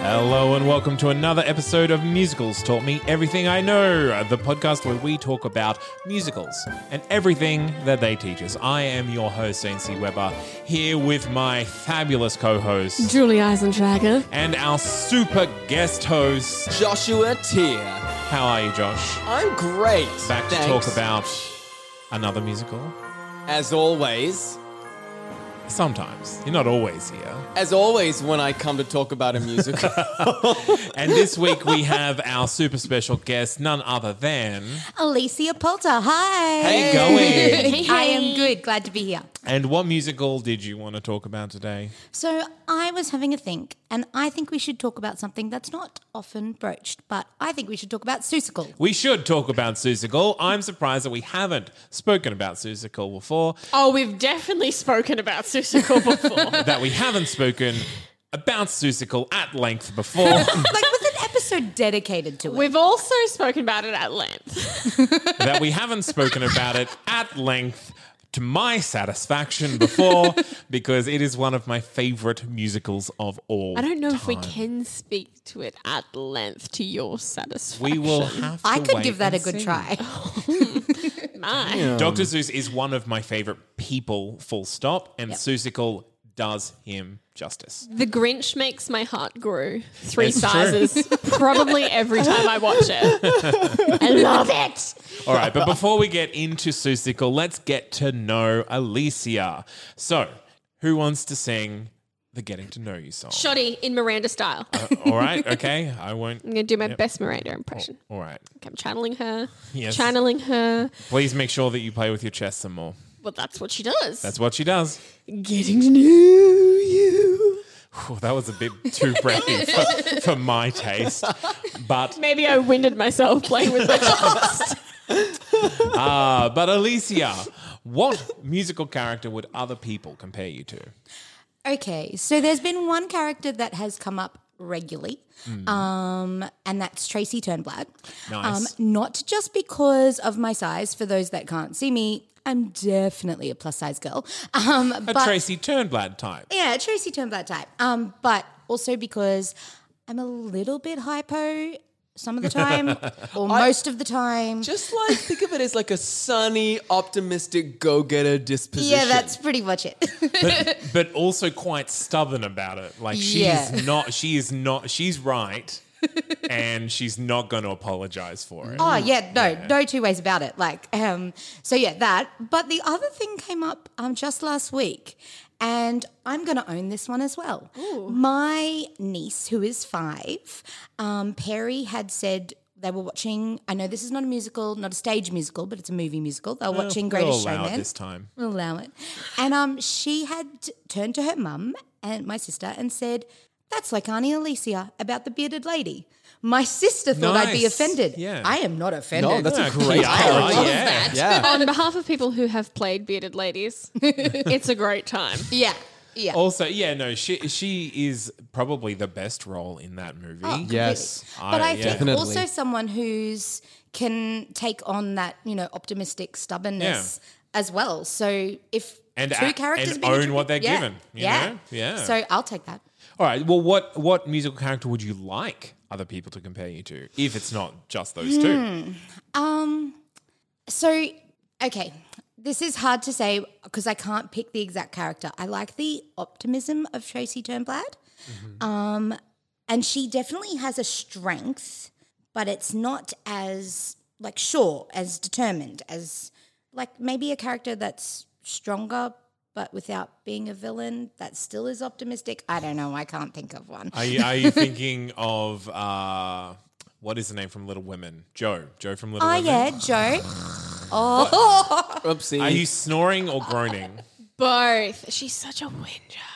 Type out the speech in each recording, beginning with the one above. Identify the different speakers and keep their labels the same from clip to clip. Speaker 1: Hello and welcome to another episode of Musicals Taught Me Everything I Know, the podcast where we talk about musicals and everything that they teach us. I am your host, Ainsley Weber, here with my fabulous co-host
Speaker 2: Julie Eisentrager.
Speaker 1: and our super guest host.
Speaker 3: Joshua Tier.
Speaker 1: How are you, Josh?
Speaker 3: I'm great.
Speaker 1: Back to
Speaker 3: Thanks.
Speaker 1: talk about another musical.
Speaker 3: As always,
Speaker 1: Sometimes. You're not always here.
Speaker 3: as always, when I come to talk about a musical,
Speaker 1: And this week we have our super special guest, none other than
Speaker 4: Alicia Polter, hi.
Speaker 3: Hey, going?
Speaker 4: I am good. Glad to be here.
Speaker 1: And what musical did you want to talk about today?
Speaker 4: So, I was having a think, and I think we should talk about something that's not often broached, but I think we should talk about Susicle.
Speaker 1: We should talk about Susical. I'm surprised that we haven't spoken about Susical before,
Speaker 2: Oh, we've definitely spoken about Susical before.
Speaker 1: that we haven't spoken about Susical at length before.
Speaker 4: like, was an episode dedicated to it?
Speaker 2: we've also spoken about it at length.
Speaker 1: that we haven't spoken about it at length to my satisfaction before because it is one of my favorite musicals of all.
Speaker 2: I don't know if we can speak to it at length to your satisfaction.
Speaker 1: We will have to
Speaker 4: I could
Speaker 1: wait
Speaker 4: give that a
Speaker 1: and
Speaker 4: good
Speaker 1: see.
Speaker 4: try.
Speaker 2: Mine.
Speaker 1: Dr. Seuss is one of my favorite people, full stop, and Susical does him justice.
Speaker 2: The Grinch makes my heart grow three
Speaker 1: It's true.
Speaker 2: sizes probably every time I watch it. I love it.
Speaker 1: All right, but before we get into Susical, let's get to know Alicia. So, who wants to sing the Getting to Know You song?
Speaker 2: Shoddy in Miranda style. I'm
Speaker 1: All right, okay, I won't.
Speaker 2: going to do my best Miranda impression.
Speaker 1: All right,
Speaker 2: Okay, I'm channeling her.
Speaker 1: Oh. Yes.
Speaker 2: Channeling her.
Speaker 1: please make sure that you play with your chest some more.
Speaker 2: Well, that's what she does.
Speaker 1: That's what she does.
Speaker 2: Getting to know you.
Speaker 1: Whew, that was a bit too breathy for, for my taste, but
Speaker 2: Maybe I winded myself playing with my chest.
Speaker 1: uh, but Alicia, what musical character would other people compare you to?
Speaker 4: Okay, so there's been one character that has come up regularly,
Speaker 1: Hmm.
Speaker 4: um, and that's Tracy Turnblad.
Speaker 1: Nice.
Speaker 4: Um, not just because of my size, for those that can't see me, I'm definitely a plus size girl. Um,
Speaker 1: A
Speaker 4: but
Speaker 1: Tracy Turnblad type.
Speaker 4: Yeah, Tracy Turnblad type. Um, but also because I'm a little bit hypo some of the time, or most of the time.
Speaker 3: just like think of it as like a sunny, optimistic, go-getter disposition.
Speaker 4: yeah, that's pretty much it.
Speaker 1: but, but also quite stubborn about it. Like she's
Speaker 4: Yeah.
Speaker 1: not. She is not. She's right, and she's not going to apologize for it.
Speaker 4: oh yeah, no, no two ways about it. Like, um, so yeah, that. But the other thing came up um just last week, and I'm gonna own this one as well. My niece, who is five, um, Perry had said. They were watching. I know this is not a musical, not a stage musical, but it's a movie musical. They were
Speaker 1: Oh,
Speaker 4: watching Greatest
Speaker 1: We'll allow it
Speaker 4: Showman.
Speaker 1: this time.
Speaker 4: We'll allow it. And um, she had turned to her mum and my sister and said, "That's like Auntie Alicia about the bearded lady." My sister thought I'd be
Speaker 1: Nice.
Speaker 4: offended.
Speaker 1: Yeah.
Speaker 4: I am not offended.
Speaker 3: No, Oh, that's a
Speaker 1: Yeah,
Speaker 3: great
Speaker 1: yeah,
Speaker 3: character.
Speaker 1: I love Yeah. that.
Speaker 3: Yeah.
Speaker 2: On behalf of people who have played Bearded Ladies, it's a great time.
Speaker 4: yeah, yeah.
Speaker 1: Also, yeah, no, she she is probably the best role in that movie.
Speaker 4: Oh.
Speaker 3: Yes.
Speaker 4: Completely.
Speaker 1: I-
Speaker 4: But I,
Speaker 1: yeah.
Speaker 4: think
Speaker 3: Definitely.
Speaker 4: also someone who's can take on that you know optimistic stubbornness as well. So if
Speaker 1: And
Speaker 4: two
Speaker 1: a-
Speaker 4: characters
Speaker 1: and
Speaker 4: being
Speaker 1: own
Speaker 4: attributed-
Speaker 1: what they're
Speaker 4: yeah,
Speaker 1: given, you
Speaker 4: yeah,
Speaker 1: know? Yeah.
Speaker 4: So I'll take that.
Speaker 1: All right. Well, what what musical character would you like other people to compare you to,
Speaker 4: Hmm.
Speaker 1: if it's not just those two?
Speaker 4: Um, so okay, This is hard to say because I can't pick the exact character. I like the optimism of Tracy Turnblad.
Speaker 1: Mm-hmm.
Speaker 4: Um, and she definitely has a strength, but it's not as like sure, as determined as like maybe a character that's stronger but without being a villain that still is optimistic. I don't know, I can't think of one.
Speaker 1: Are you, are you thinking of uh, what is the name from Little Women? Joe. Joe from Little
Speaker 4: oh
Speaker 1: Women.
Speaker 4: yeah, Joe. Oh,
Speaker 3: Oopsie.
Speaker 1: Are you snoring or groaning?
Speaker 2: Both. She's such a whinger.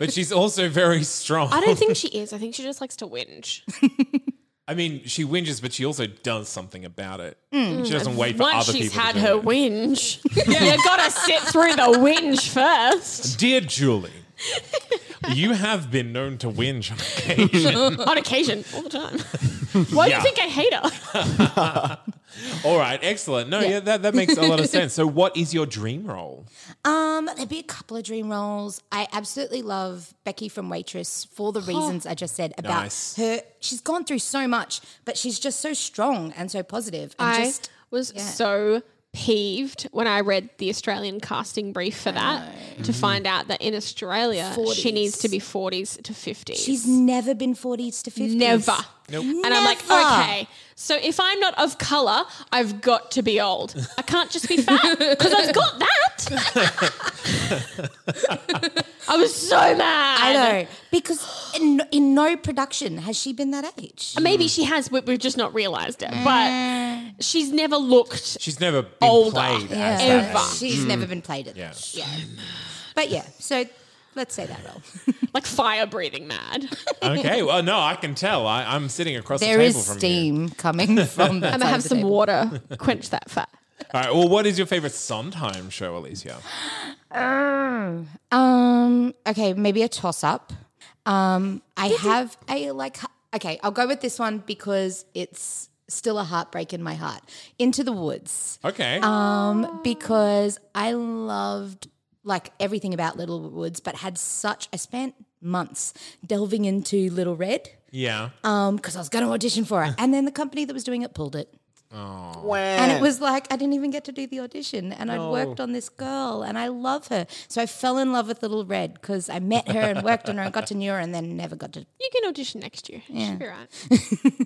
Speaker 1: but she's also very strong.
Speaker 2: I don't think she is. I think she just likes to whinge.
Speaker 1: I mean, she whinges, but she also does something about it. She doesn't wait for
Speaker 2: Once
Speaker 1: other
Speaker 2: she's
Speaker 1: people.
Speaker 2: had
Speaker 1: to do
Speaker 2: her
Speaker 1: it.
Speaker 2: whinge, you gotta sit through the whinge first.
Speaker 1: Dear Julie, you have been known to whinge on occasion.
Speaker 2: On occasion, all the time. Why
Speaker 1: Yeah.
Speaker 2: do you think I hate her?
Speaker 1: All right, excellent. No, yeah, that, that makes a lot of sense. So, what is your dream role?
Speaker 4: Um, there'd be a couple of dream roles. I absolutely love Becky from Waitress for the reasons I just said about
Speaker 1: Nice.
Speaker 4: her. She's gone through so much, but she's just so strong and so positive. And
Speaker 2: I
Speaker 4: just
Speaker 2: was so peeved when I read the Australian casting brief for that to find out that in Australia she
Speaker 4: 40s.
Speaker 2: needs to be 40s to 50s.
Speaker 4: she's never been forties to fifties.
Speaker 2: Never. And I'm like,
Speaker 4: Never.
Speaker 2: okay, so if I'm not of color, I've got to be old. I can't just be fat because I've got that. I was so mad.
Speaker 4: I know because in, in no production has she been that age.
Speaker 2: Maybe she has, but we've just not realized it.
Speaker 4: Mm.
Speaker 2: But she's never looked.
Speaker 1: She's never been
Speaker 2: Older.
Speaker 1: played
Speaker 4: Yeah.
Speaker 1: as that.
Speaker 2: Ever.
Speaker 4: She's never been played at
Speaker 1: Yeah.
Speaker 4: that. Yeah. But yeah, so let's say that role.
Speaker 2: like fire breathing mad.
Speaker 1: Okay, well, no, I can tell. I, I'm sitting across
Speaker 4: There
Speaker 1: the
Speaker 4: is
Speaker 1: table from you.
Speaker 4: steam coming from that.
Speaker 2: I'm gonna have some water, quench that fat.
Speaker 1: All right, well, what is your favorite Sondheim show, Alicia?
Speaker 4: Ah. Um. Okay, maybe a toss up. Um. I have a like. h- Okay, I'll go with this one because it's still a heartbreak in my heart. Into the woods.
Speaker 1: Okay.
Speaker 4: Um. Because I loved like everything about Little Woods, but had such. I spent months delving into Little Red.
Speaker 1: yeah.
Speaker 4: Um. Because I was going to audition for it, and then the company that was doing it pulled it. And it was like I didn't even get to do the audition, and I'd worked on this girl, and I love her. So I fell in love with Little Red because I met her and worked on her and got to know her, and then never got to.
Speaker 2: You can audition next year. She'll be right.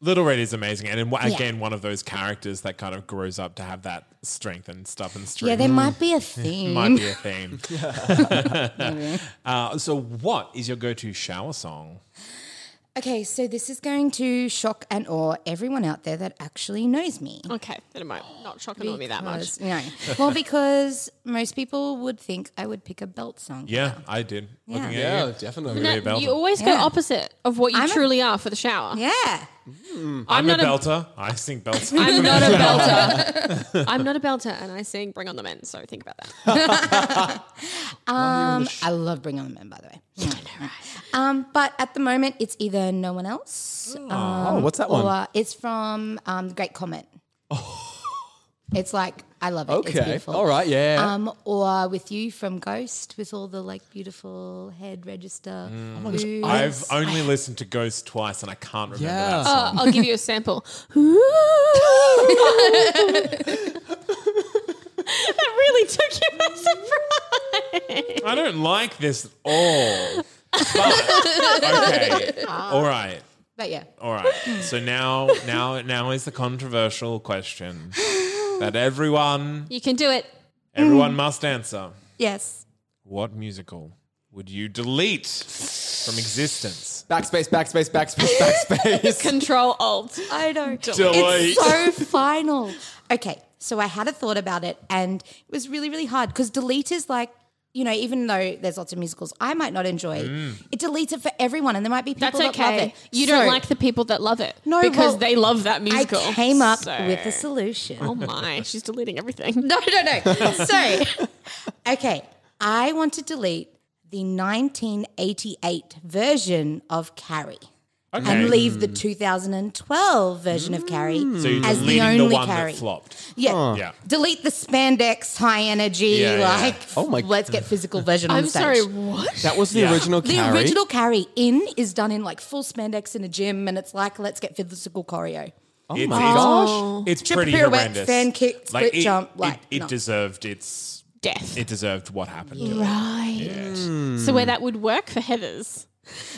Speaker 1: Little Red is amazing, and in, again, one of those characters that kind of grows up to have that strength and stuff and strength.
Speaker 4: Yeah, there might be a theme.
Speaker 1: might be a theme. uh, so, what is your go-to shower song?
Speaker 4: okay, so this is going to shock and awe everyone out there that actually knows me.
Speaker 2: Okay, then it might not shock and annoy me that much.
Speaker 4: Because- No, well, because most people would think I would pick a belt song.
Speaker 1: Yeah, I did. Looking at
Speaker 3: yeah,
Speaker 1: you.
Speaker 3: definitely.
Speaker 1: Really a
Speaker 2: No,
Speaker 1: belter.
Speaker 2: you always go
Speaker 4: Yeah.
Speaker 2: opposite of what you
Speaker 4: I'm a-
Speaker 2: truly are for the shower.
Speaker 4: yeah.
Speaker 1: I'm,
Speaker 2: not
Speaker 1: a
Speaker 2: a-
Speaker 1: belter. I sing belts.
Speaker 2: I'm not a belter. I'm not a belter, and I sing "Bring on the Men." So think about that.
Speaker 4: Um, I love Bring On the Men, by the way. Um, but at the moment, it's either No One Else. um,
Speaker 3: Oh, what's that one?
Speaker 4: Or it's from um, The Great Comet. It's like, I love it. It's
Speaker 3: Oh. Okay.
Speaker 4: beautiful.
Speaker 3: All right. Yeah.
Speaker 4: Um, or with you from Ghost with all the like beautiful head register.
Speaker 3: Mm. Oh
Speaker 4: moves.
Speaker 1: I've only listened to Ghost twice, and I can't remember
Speaker 3: Yeah.
Speaker 1: that song.
Speaker 2: Uh, I'll give you a sample. that really took you by surprise.
Speaker 1: I don't like this at all. But, okay. All right.
Speaker 4: but yeah.
Speaker 1: All right. So now, now, now is the controversial question that everyone,
Speaker 2: You can do it.
Speaker 1: everyone must answer.
Speaker 4: Yes.
Speaker 1: What musical would you delete from existence?
Speaker 3: Backspace, backspace, backspace, backspace.
Speaker 2: Control Alt.
Speaker 4: I don't.
Speaker 1: Delete.
Speaker 4: It's so final. Okay, so I had a thought about it, and it was really, really hard because delete is like. You know, even though there's lots of musicals I might not enjoy,
Speaker 1: Mm.
Speaker 4: it deletes it for everyone, and there might be people
Speaker 2: That's
Speaker 4: that love
Speaker 2: okay.
Speaker 4: it.
Speaker 2: You
Speaker 4: So,
Speaker 2: don't like the people that love it
Speaker 4: No,
Speaker 2: because
Speaker 4: well,
Speaker 2: they love that musical.
Speaker 4: I came up
Speaker 2: So-
Speaker 4: with a solution.
Speaker 2: Oh my! She's deleting everything.
Speaker 4: No, no, no. Sorry. okay, I want to delete the 1988 version of Carrie
Speaker 1: Okay. Mm.
Speaker 4: and leave the 2012 version of Carrie
Speaker 1: so you're
Speaker 4: as the
Speaker 1: deleting
Speaker 4: only
Speaker 1: the, one
Speaker 4: Carrie.
Speaker 1: that flopped.
Speaker 4: Yeah.
Speaker 1: Yeah.
Speaker 4: Delete the spandex, high energy,
Speaker 1: Yeah, yeah, yeah.
Speaker 4: like
Speaker 3: Oh my-
Speaker 4: let's get physical version on
Speaker 2: I'm
Speaker 4: the stage.
Speaker 2: sorry. What?
Speaker 3: that was the
Speaker 1: Yeah.
Speaker 3: original
Speaker 4: The
Speaker 3: Carrie.
Speaker 4: original carry in is done in like full spandex in a gym, and it's like let's get physical choreo.
Speaker 1: it's,
Speaker 3: my
Speaker 1: it's-
Speaker 3: gosh.
Speaker 1: It's
Speaker 4: Chipper
Speaker 1: pretty
Speaker 4: pirouette,
Speaker 1: horrendous.
Speaker 4: fan kick, split
Speaker 1: it,
Speaker 4: jump,
Speaker 1: It,
Speaker 4: like,
Speaker 1: it
Speaker 4: no.
Speaker 1: deserved its.
Speaker 2: Death.
Speaker 1: It deserved what happened. to it.
Speaker 2: right. So where that would work for Heather's,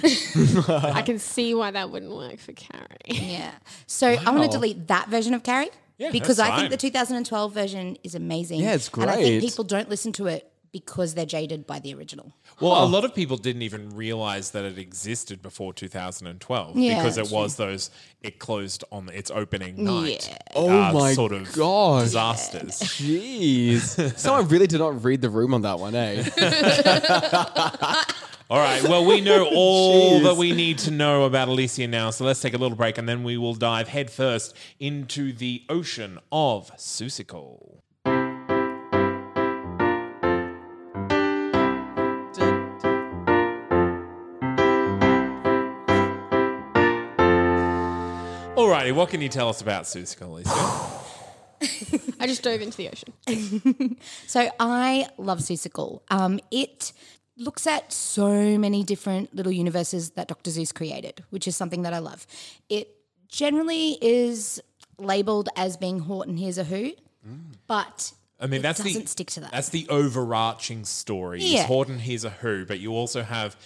Speaker 2: I can see why that wouldn't work for Carrie.
Speaker 4: Yeah. So I want to delete that version of Carrie
Speaker 1: Yeah,
Speaker 4: because
Speaker 1: that's
Speaker 4: I think
Speaker 1: fine.
Speaker 4: the 2012 version is amazing.
Speaker 3: Yeah, it's
Speaker 4: And I
Speaker 3: great.
Speaker 4: think people don't listen to it because they're jaded by the original.
Speaker 1: Well, a lot of people didn't even realize that it existed before 2012
Speaker 4: Yeah,
Speaker 1: because it
Speaker 4: that's
Speaker 1: was those it closed on its opening night. uh,
Speaker 3: Oh my
Speaker 1: sort of
Speaker 3: God.
Speaker 1: disasters.
Speaker 3: Jeez. Someone really did not read the room on that one, eh?
Speaker 1: All right. Well, we know all that we need to know about Alicia now, so let's take a little break and then we will dive headfirst into the ocean of Susicle. Alrighty, what can you tell us about Susicle, Alicia?
Speaker 2: I just dove into the ocean.
Speaker 4: So I love Seussical. Um, it looks at so many different little universes that Dr. Zeus created, which is something that I love. It generally is labeled as being Horton Here's a Who, but
Speaker 1: I mean,
Speaker 4: it
Speaker 1: that's
Speaker 4: doesn't
Speaker 1: the
Speaker 4: stick to that.
Speaker 1: That's the overarching story. Is
Speaker 4: Yeah.
Speaker 1: Horton here's a who, but you also have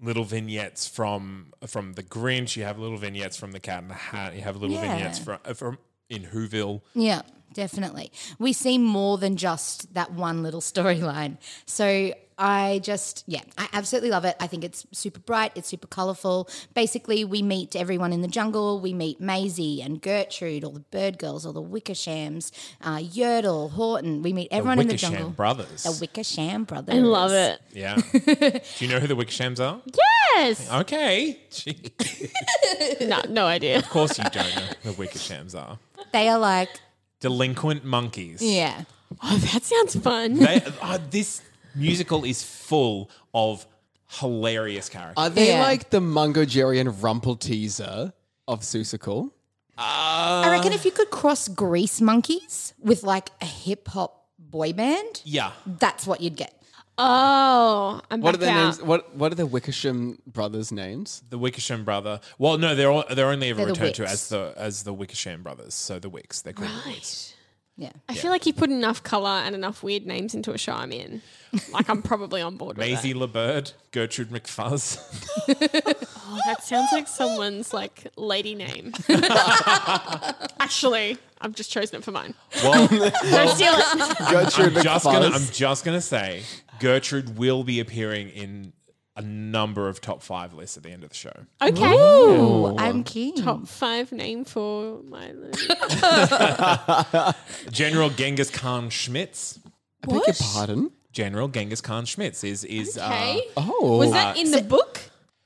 Speaker 1: little vignettes from from the Grinch. You have little vignettes from the Cat in the Hat. You have little
Speaker 4: Yeah.
Speaker 1: vignettes from uh, from in Whoville.
Speaker 4: Yeah, definitely. We see more than just that one little storyline. So I just, yeah, I absolutely love it. I think it's super bright, it's super colorful. Basically, we meet everyone in the jungle. We meet Maisie and Gertrude, all the bird girls, all the Wickershams, uh, Yertle, Horton. We meet everyone in the
Speaker 1: Wickersham
Speaker 4: jungle.
Speaker 1: brothers.
Speaker 4: The Wickersham brothers.
Speaker 2: I love it.
Speaker 1: yeah. Do you know who the Wickershams are?
Speaker 2: Yes.
Speaker 1: Okay. Gee, of
Speaker 2: No, no idea.
Speaker 1: course you don't know who the Wickershams are.
Speaker 4: They are like,
Speaker 1: Delinquent monkeys.
Speaker 4: yeah.
Speaker 2: Oh, that sounds fun.
Speaker 1: They, uh, this musical is full of hilarious characters.
Speaker 3: Are they
Speaker 4: Yeah.
Speaker 3: like the Mungo Jerry and Rumple teaser of Susicle?
Speaker 4: I reckon if you could cross Grease Monkeys with like a hip hop boy band,
Speaker 1: yeah.
Speaker 4: that's what you'd get.
Speaker 2: Oh, I'm
Speaker 3: What
Speaker 2: back
Speaker 3: are the
Speaker 2: out.
Speaker 3: names? What What are the Wickersham brothers' names?
Speaker 1: The Wickersham brother. Well, no, they're all, they're only ever
Speaker 4: They're the
Speaker 1: referred to
Speaker 4: Wicks.
Speaker 1: as the as the Wickersham brothers. So the Wicks, they're called the Wicks.
Speaker 4: Yeah.
Speaker 2: I feel like you put enough color and enough weird names into a show I'm in. Like I'm probably on board with
Speaker 1: Maisie
Speaker 2: that.
Speaker 1: LeBird, Gertrude McFuzz.
Speaker 2: Oh, that sounds like someone's like lady name. Actually, I've just chosen it for mine.
Speaker 1: Well,
Speaker 2: Don't steal it.
Speaker 3: Gertrude
Speaker 1: I'm just gonna
Speaker 3: McFuzz.
Speaker 1: I'm just gonna say Gertrude will be appearing in a number of top five lists at the end of the show.
Speaker 2: Okay.
Speaker 4: Ooh, I'm keen.
Speaker 2: Top five name for my lady.
Speaker 1: General Genghis Khan Schmitz.
Speaker 3: I beg your pardon.
Speaker 1: General Genghis Khan Schmitz is is uh,
Speaker 2: Okay.
Speaker 3: Oh,
Speaker 2: Was that in the book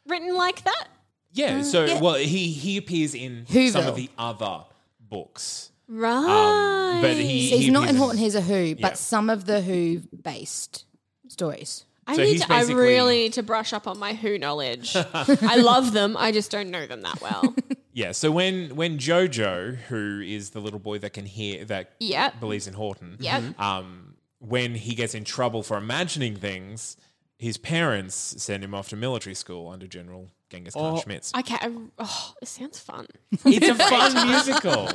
Speaker 2: written like that?
Speaker 4: Mm.
Speaker 1: yeah. So well, he he appears in some
Speaker 4: Whoville.
Speaker 1: of the other books,
Speaker 3: Um,
Speaker 1: Um,
Speaker 2: Right.
Speaker 1: but he,
Speaker 4: So he's
Speaker 1: he
Speaker 4: not
Speaker 1: appears
Speaker 4: in Horton Here's a Who, but
Speaker 1: Yeah.
Speaker 4: some of the Who based stories.
Speaker 2: I
Speaker 1: So
Speaker 2: need
Speaker 1: he's
Speaker 2: to, I
Speaker 1: basically-
Speaker 2: really need to brush up on my who knowledge. I love them. I just don't know them that well.
Speaker 1: Yeah, so when when Jojo, who is the little boy that can hear that
Speaker 2: Yep.
Speaker 1: believes in Horton,
Speaker 3: Mm-hmm.
Speaker 2: Yep.
Speaker 1: um, when he gets in trouble for imagining things, his parents send him off to military school under General Genghis Khan Schmitz.
Speaker 2: Okay. I, oh, it sounds fun.
Speaker 1: It's a fun musical.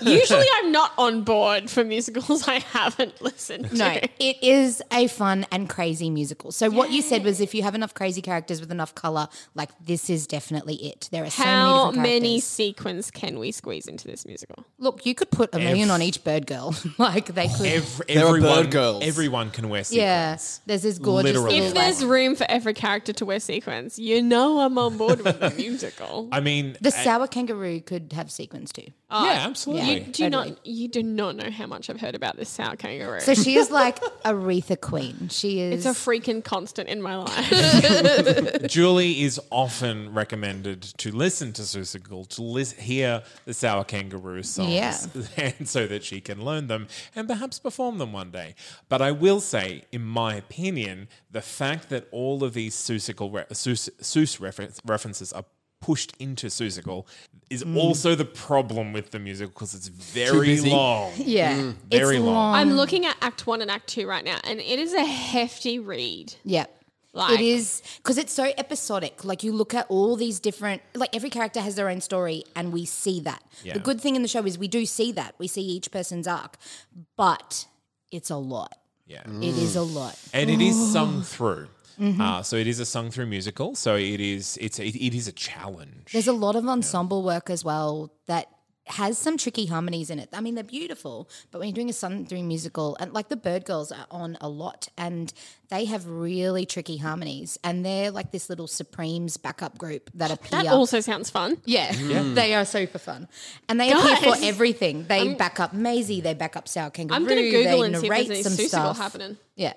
Speaker 2: Usually I'm not on board for musicals I haven't listened to.
Speaker 4: No, it is a fun and crazy musical. So what you said was if you have enough crazy characters with enough color, like this is definitely it. There are so
Speaker 2: How
Speaker 4: many different
Speaker 2: many,
Speaker 4: characters.
Speaker 2: sequins can we squeeze into this musical?
Speaker 4: Look, you could put a million on each bird girl. like they could.
Speaker 1: Ev-
Speaker 3: are bird
Speaker 1: everyone,
Speaker 3: girls.
Speaker 1: everyone can wear sequins.
Speaker 4: yeah, there's this gorgeous
Speaker 1: Literally.
Speaker 4: little.
Speaker 2: If there's room for every character to wear sequins, you know I'm on board with the musical.
Speaker 1: I mean,
Speaker 4: the sour kangaroo could have sequins too.
Speaker 1: yeah, absolutely.
Speaker 2: Uh, you do not you do not know how much I've heard about this sour kangaroo.
Speaker 4: So she is like Aretha Queen. She is.
Speaker 2: it's a freaking constant in my life.
Speaker 1: Julie is often recommended to listen to Susicle, to lis- hear the Sour Kangaroo songs,
Speaker 4: Yeah.
Speaker 1: and so that she can learn them and perhaps perform them one day. But I will say, in my opinion, the fact that all of these Susicle re- Sus- Sus reference- references are pushed into Susicle is
Speaker 4: Mm.
Speaker 1: also the problem with the musical because it's very
Speaker 3: busy.
Speaker 1: long.
Speaker 4: yeah,
Speaker 1: Mm, Very
Speaker 4: it's
Speaker 1: long.
Speaker 4: Um,
Speaker 2: I'm looking at Act One and Act Two right now, and it is a hefty read.
Speaker 4: Yeah. it
Speaker 2: Like-
Speaker 4: is because it's so episodic. Like you look at all these different, like every character has their own story, and we see that.
Speaker 1: Yeah.
Speaker 4: The good thing in the show is we do see that. We see each person's arc, but it's a lot.
Speaker 1: Yeah.
Speaker 4: It is Oh. Mm-hmm. a lot.
Speaker 1: and it is sung through. Uh, so it is a sung through musical. So it is it's it, it is a challenge.
Speaker 4: There's a lot of ensemble work as well that has some tricky harmonies in it. I mean, they're beautiful, but when you're doing a Sun 3 musical, and like the Bird Girls are on a lot and they have really tricky harmonies. And they're like this little Supremes backup group that appear.
Speaker 2: That also sounds fun.
Speaker 4: yeah, they are super fun. And they appear for
Speaker 2: Mm. Guys.
Speaker 4: everything. They back up Maisie, they back up Sour Kangaroo.
Speaker 2: I'm going to Google
Speaker 4: they
Speaker 2: and see if
Speaker 4: narrate
Speaker 2: there's any
Speaker 4: some
Speaker 2: Susicle
Speaker 4: stuff.
Speaker 2: happening.
Speaker 4: Yeah.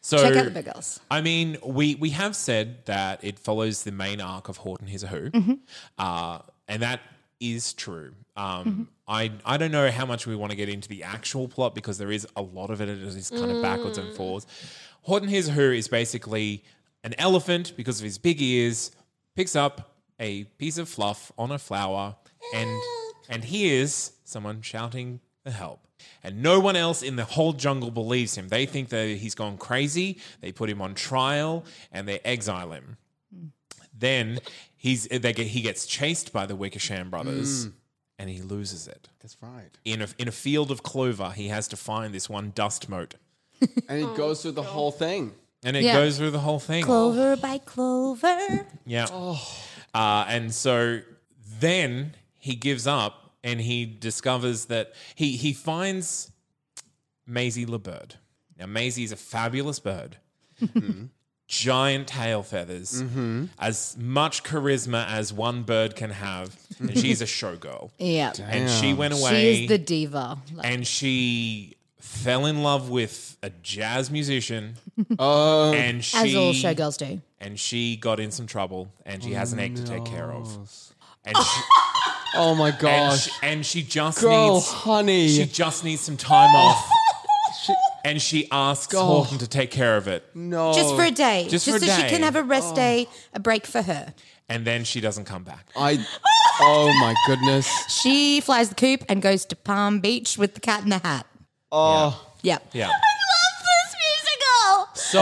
Speaker 1: So
Speaker 4: Check out the Bird Girls.
Speaker 1: I mean, we we have said that it follows the main arc of Horton Hears a Who,
Speaker 4: Mm-hmm.
Speaker 1: uh, and that is true. Um,
Speaker 4: Mm-hmm.
Speaker 1: I I don't know how much we want to get into the actual plot because there is a lot of it. It is kind of backwards and forwards.
Speaker 4: Mm.
Speaker 1: Horton Hears a Who is basically an elephant because of his big ears picks up a piece of fluff on a flower and and hears someone shouting for help. And no one else in the whole jungle believes him. They think that he's gone crazy. They put him on trial and they exile him. Then he's they get, he gets chased by the Wickersham brothers and he loses it.
Speaker 3: That's right.
Speaker 1: In a, in a field of clover, he has to find this one dust mote.
Speaker 3: And it goes through the whole thing.
Speaker 1: And it
Speaker 4: Yeah.
Speaker 1: goes through the whole thing.
Speaker 4: Clover by Clover.
Speaker 1: Yeah.
Speaker 4: Oh.
Speaker 1: Uh, and so then he gives up and he discovers that he, he finds Maisie LeBird. Now, Maisie is a fabulous bird. Giant tail feathers, as much charisma as one bird can have. And she's a showgirl.
Speaker 4: Yeah.
Speaker 1: And she went away
Speaker 4: She is the diva. Like,
Speaker 1: and she fell in love with a jazz musician.
Speaker 3: Oh,
Speaker 1: and she
Speaker 4: as all showgirls do.
Speaker 1: and she got in some trouble and she has an egg to take care of. And she,
Speaker 3: oh my
Speaker 1: and
Speaker 3: gosh.
Speaker 1: she, and she just
Speaker 3: Girl,
Speaker 1: needs
Speaker 3: honey.
Speaker 1: she just needs some time off. and she asks Horton to take care of it.
Speaker 3: no.
Speaker 4: Just for a day.
Speaker 1: Oh. Just
Speaker 4: Just,
Speaker 1: for a
Speaker 4: so she
Speaker 1: day. Oh.
Speaker 4: can have a rest day, a break for her.
Speaker 1: And then she doesn't come back.
Speaker 3: I. Oh my goodness.
Speaker 4: She flies the coop and goes to Palm Beach with the cat in the hat.
Speaker 3: Oh.
Speaker 4: Yep.
Speaker 1: Yeah.
Speaker 4: love this musical.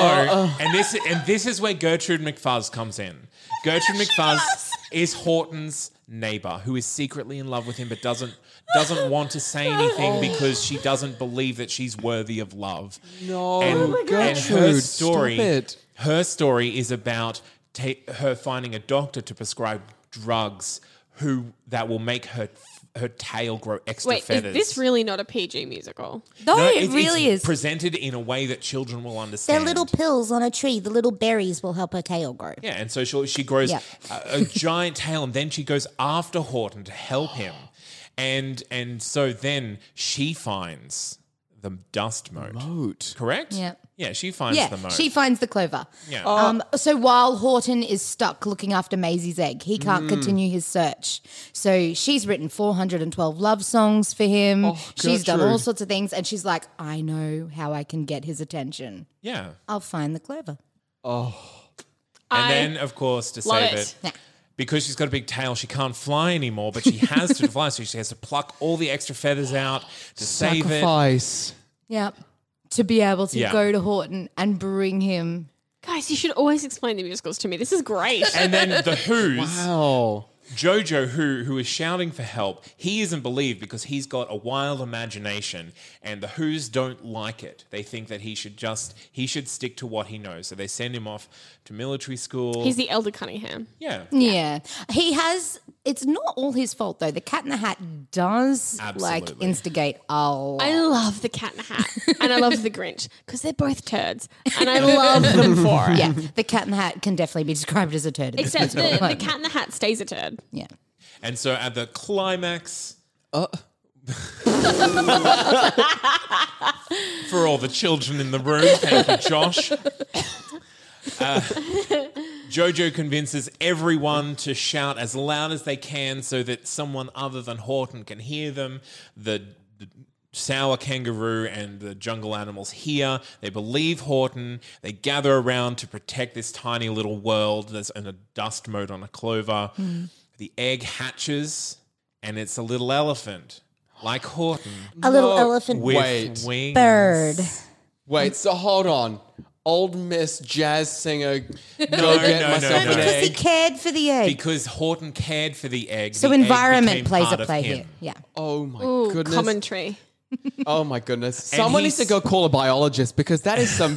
Speaker 1: So and this and this is where Gertrude McFuzz comes in. Gertrude McFuzz is Horton's neighbor who is secretly in love with him but doesn't doesn't want to say anything because she doesn't believe that she's worthy of love.
Speaker 3: No.
Speaker 1: and, and her
Speaker 3: Gertrude, stop
Speaker 1: story,
Speaker 3: it.
Speaker 1: her story is about ta- her finding a doctor to prescribe drugs who that will make her her tail grow extra
Speaker 2: Wait,
Speaker 1: feathers.
Speaker 2: is this really not a PG musical?
Speaker 4: No,
Speaker 1: No,
Speaker 4: Oh, it,
Speaker 1: it's-
Speaker 4: really
Speaker 1: it's
Speaker 4: is.
Speaker 1: presented in a way that children will
Speaker 4: They're
Speaker 1: understand.
Speaker 4: little pills on a tree. The little berries will help her tail grow.
Speaker 1: yeah, and so she she grows
Speaker 4: Yeah.
Speaker 1: a, a giant tail, and then she goes after Horton to help him, and and so then she finds the dust moat.
Speaker 3: Moat.
Speaker 1: Correct?
Speaker 4: Yeah.
Speaker 1: Yeah, she finds
Speaker 4: Yeah,
Speaker 1: the moat.
Speaker 4: she finds the clover.
Speaker 1: Yeah.
Speaker 4: Um, so while Horton is stuck looking after Maisie's egg, he
Speaker 1: Mm.
Speaker 4: can't continue his search. So she's written 412 love songs for him.
Speaker 1: Oh,
Speaker 4: she's done all
Speaker 3: Gertrude.
Speaker 4: sorts of things. And she's like, I know how I can get his attention.
Speaker 1: yeah.
Speaker 4: I'll find the clover.
Speaker 1: And
Speaker 2: I
Speaker 1: then, of course, to
Speaker 2: love
Speaker 1: save
Speaker 2: it.
Speaker 1: it, because she's got a big tail, she can't fly anymore, but she has to fly, so she has to pluck all the extra feathers out to save it.
Speaker 3: Sacrifice.
Speaker 4: Yeah. To be able to
Speaker 1: Yeah.
Speaker 4: go to Horton and bring him.
Speaker 2: Guys, you should always explain the musicals to me. This is great.
Speaker 1: And then the Who's,
Speaker 3: Oh.
Speaker 1: Jojo, who who is shouting for help, he isn't believed because he's got a wild imagination, and the Who's don't like it. They think that he should just he should stick to what he knows, so they send him off to military school.
Speaker 2: He's the Elder Cunningham.
Speaker 1: yeah,
Speaker 4: Yeah. He has, it's not all his fault though. The cat in the hat does like
Speaker 1: Absolutely.
Speaker 4: instigate a lot.
Speaker 2: I love the Cat in the Hat and I love the Grinch because they're both turds and I love them for it.
Speaker 4: yeah, the cat in the hat can definitely be described as a turd. in this
Speaker 2: Except the,
Speaker 4: musical.
Speaker 2: the Cat in the Hat stays a turd.
Speaker 4: Yeah.
Speaker 1: and so at the climax. for all the children in the room. Thank you, Josh. Uh, Jojo convinces everyone to shout as loud as they can so that someone other than Horton can hear them. The, the sour kangaroo and the jungle animals hear. They believe Horton. They gather around to protect this tiny little world. There's in a dust mode on a clover. The egg hatches, and it's a little elephant. Like Horton
Speaker 4: A little elephant
Speaker 1: with
Speaker 3: Wait.
Speaker 1: wings.
Speaker 4: bird.
Speaker 3: Wait, so hold on. old Miss jazz singer. Go
Speaker 1: No,
Speaker 3: get
Speaker 1: no, no,
Speaker 3: myself
Speaker 1: no.
Speaker 3: an
Speaker 4: because he
Speaker 3: egg.
Speaker 4: cared for the egg.
Speaker 1: Because Horton cared for the egg.
Speaker 4: so
Speaker 1: the egg
Speaker 4: environment
Speaker 1: became
Speaker 4: plays
Speaker 1: part
Speaker 4: a
Speaker 1: of
Speaker 4: play
Speaker 1: him.
Speaker 4: here. Yeah.
Speaker 3: Oh my
Speaker 2: Ooh,
Speaker 3: goodness!
Speaker 2: commentary.
Speaker 3: Oh my goodness! Someone needs to
Speaker 1: he's-
Speaker 3: go call a biologist because that is some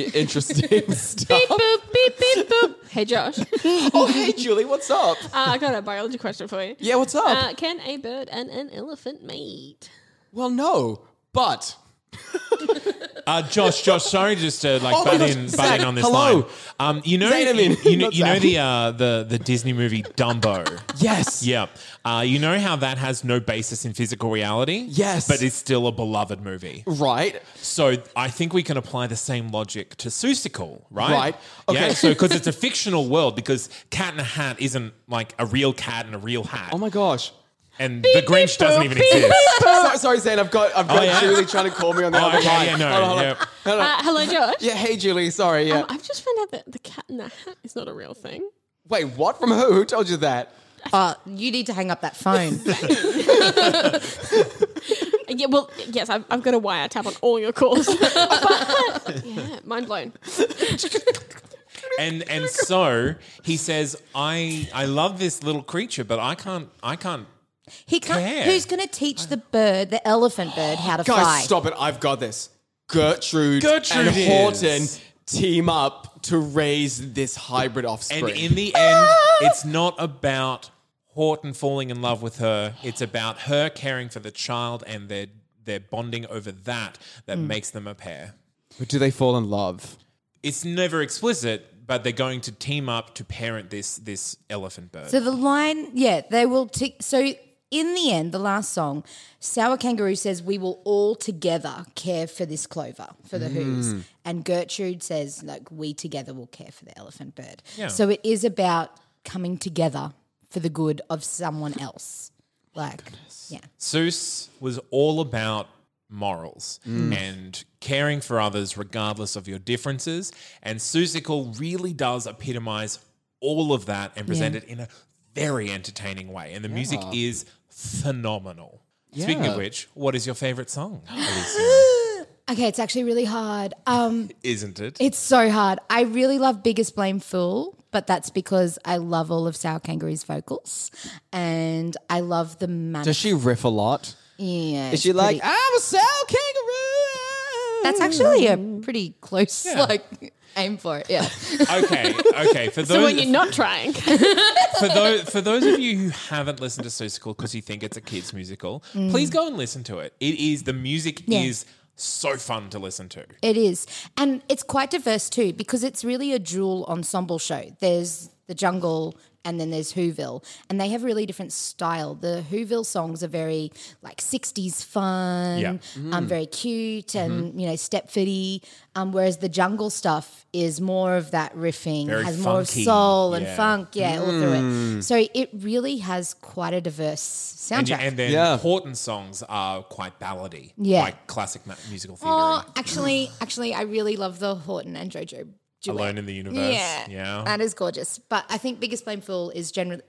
Speaker 3: interesting
Speaker 2: Beep
Speaker 3: stuff.
Speaker 2: boop, beep beep boop. Hey Josh, uh,
Speaker 3: oh hey, Julie, what's up?
Speaker 2: I got a biology question for you.
Speaker 3: Yeah, what's up?
Speaker 2: Uh, can a bird and an elephant mate?
Speaker 3: well, no, but
Speaker 1: Uh, Josh, Josh, sorry just to like
Speaker 3: Oh my
Speaker 1: butt,
Speaker 3: gosh,
Speaker 1: in, butt
Speaker 3: Zach,
Speaker 1: in on this
Speaker 3: hello.
Speaker 1: line. Um, you know,
Speaker 3: Zayn Amin,
Speaker 1: you know,
Speaker 3: not
Speaker 1: you know
Speaker 3: Zach.
Speaker 1: the uh, the the Disney movie Dumbo.
Speaker 3: yes,
Speaker 1: Yeah, uh, you know how that has no basis in physical reality.
Speaker 3: Yes.
Speaker 1: but it's still a beloved movie.
Speaker 3: right.
Speaker 1: So I think we can apply the same logic to Seussical, right?
Speaker 3: Right.
Speaker 1: Yeah.
Speaker 3: Okay.
Speaker 1: So because it's a fictional world, because Cat in a Hat isn't like a real cat and a real hat,
Speaker 3: Oh my gosh.
Speaker 1: and the Grinch doesn't even exist.
Speaker 3: So, sorry, Zane. I've got I've got
Speaker 1: Oh, yeah?
Speaker 3: Julie trying to call me on the
Speaker 1: Oh,
Speaker 3: other
Speaker 1: okay,
Speaker 3: line.
Speaker 1: yeah, no,
Speaker 3: Hold on, hold on.
Speaker 1: yeah.
Speaker 3: Hold on.
Speaker 2: Uh, hello Josh.
Speaker 3: Yeah, hey Julie. Sorry. Yeah.
Speaker 2: Um, I've just found out that the cat in the hat is not a real thing.
Speaker 3: Wait, what? From who? Who told you that?
Speaker 4: Oh, you need to hang up that phone.
Speaker 2: Uh, Yeah, well, yes, I've, I've got a wiretap on all your calls. but, yeah, mind blown.
Speaker 1: and and so he says, "I I love this little creature, but I can't I can't."
Speaker 4: He can't.
Speaker 1: Care.
Speaker 4: Who's going to teach the bird, the elephant bird, how to
Speaker 3: Guys,
Speaker 4: fly?
Speaker 3: stop it. I've got this. Gertrude,
Speaker 1: Gertrude
Speaker 3: and
Speaker 1: is.
Speaker 3: Horton team up to raise this hybrid
Speaker 1: And
Speaker 3: offspring.
Speaker 1: in the end, it's not about Horton falling in love with her. It's about her caring for the child and their their bonding over that that
Speaker 3: Mm.
Speaker 1: makes them a pair.
Speaker 3: but do they fall in love?
Speaker 1: It's never explicit, but they're going to team up to parent this this elephant bird.
Speaker 4: So the line, yeah, they will. T- so in the end, the last song, Sour Kangaroo says, "We will all together care for this clover for
Speaker 3: Hmm.
Speaker 4: the Who's," and Gertrude says, "Like we together will care for the elephant bird."
Speaker 1: Yeah.
Speaker 4: So it is about coming together for the good of someone else. Like, yeah,
Speaker 1: Seuss was all about morals and caring for others regardless of your differences. And Seussical really does epitomize all of that and present it in a very entertaining way. And the music is phenomenal. Speaking of
Speaker 3: Yeah.
Speaker 1: which, what is your favorite song? Alicia?
Speaker 4: okay, it's actually really hard. Um,
Speaker 1: Isn't it?
Speaker 4: It's so hard. I really love Biggest Blame Fool, but that's because I love all of Sour Kangaroo's vocals and I love the manner.
Speaker 3: Does she riff a lot?
Speaker 4: yeah,
Speaker 3: Is
Speaker 4: it's
Speaker 3: she like,
Speaker 4: pretty-
Speaker 3: I'm a sow kangaroo?
Speaker 4: That's actually a pretty close like aim for it. Yeah.
Speaker 1: okay, okay. For those,
Speaker 2: So when you're not trying,
Speaker 1: for those for those of you who haven't listened to Seussical because you think it's a kids musical, please go and listen to it. It is the music
Speaker 4: Mm. Yeah.
Speaker 1: is so fun to listen to.
Speaker 4: It is. And it's quite diverse too, because it's really a dual ensemble show. There's the jungle and then there's Whoville. And they have really different style. The Whoville songs are very like 60s fun,
Speaker 1: Yeah. Mm. Mm-hmm.
Speaker 4: um, very cute and, you know, Stepfordy. Um, whereas the jungle stuff is more of that riffing,
Speaker 1: Very
Speaker 4: has more of
Speaker 1: funky,
Speaker 4: soul and
Speaker 1: yeah. Mm.
Speaker 4: funk, yeah, all through it. So it really has quite a diverse
Speaker 1: And,
Speaker 4: soundtrack.
Speaker 1: and then
Speaker 3: Yeah.
Speaker 1: Horton songs are quite ballady,
Speaker 4: Yeah.
Speaker 1: like classic ma- musical theatre.
Speaker 4: oh, actually, actually, I really love the Horton and JoJo duet.
Speaker 1: Alone in the universe, yeah,
Speaker 4: That is gorgeous. But I think Biggest Blameful is generally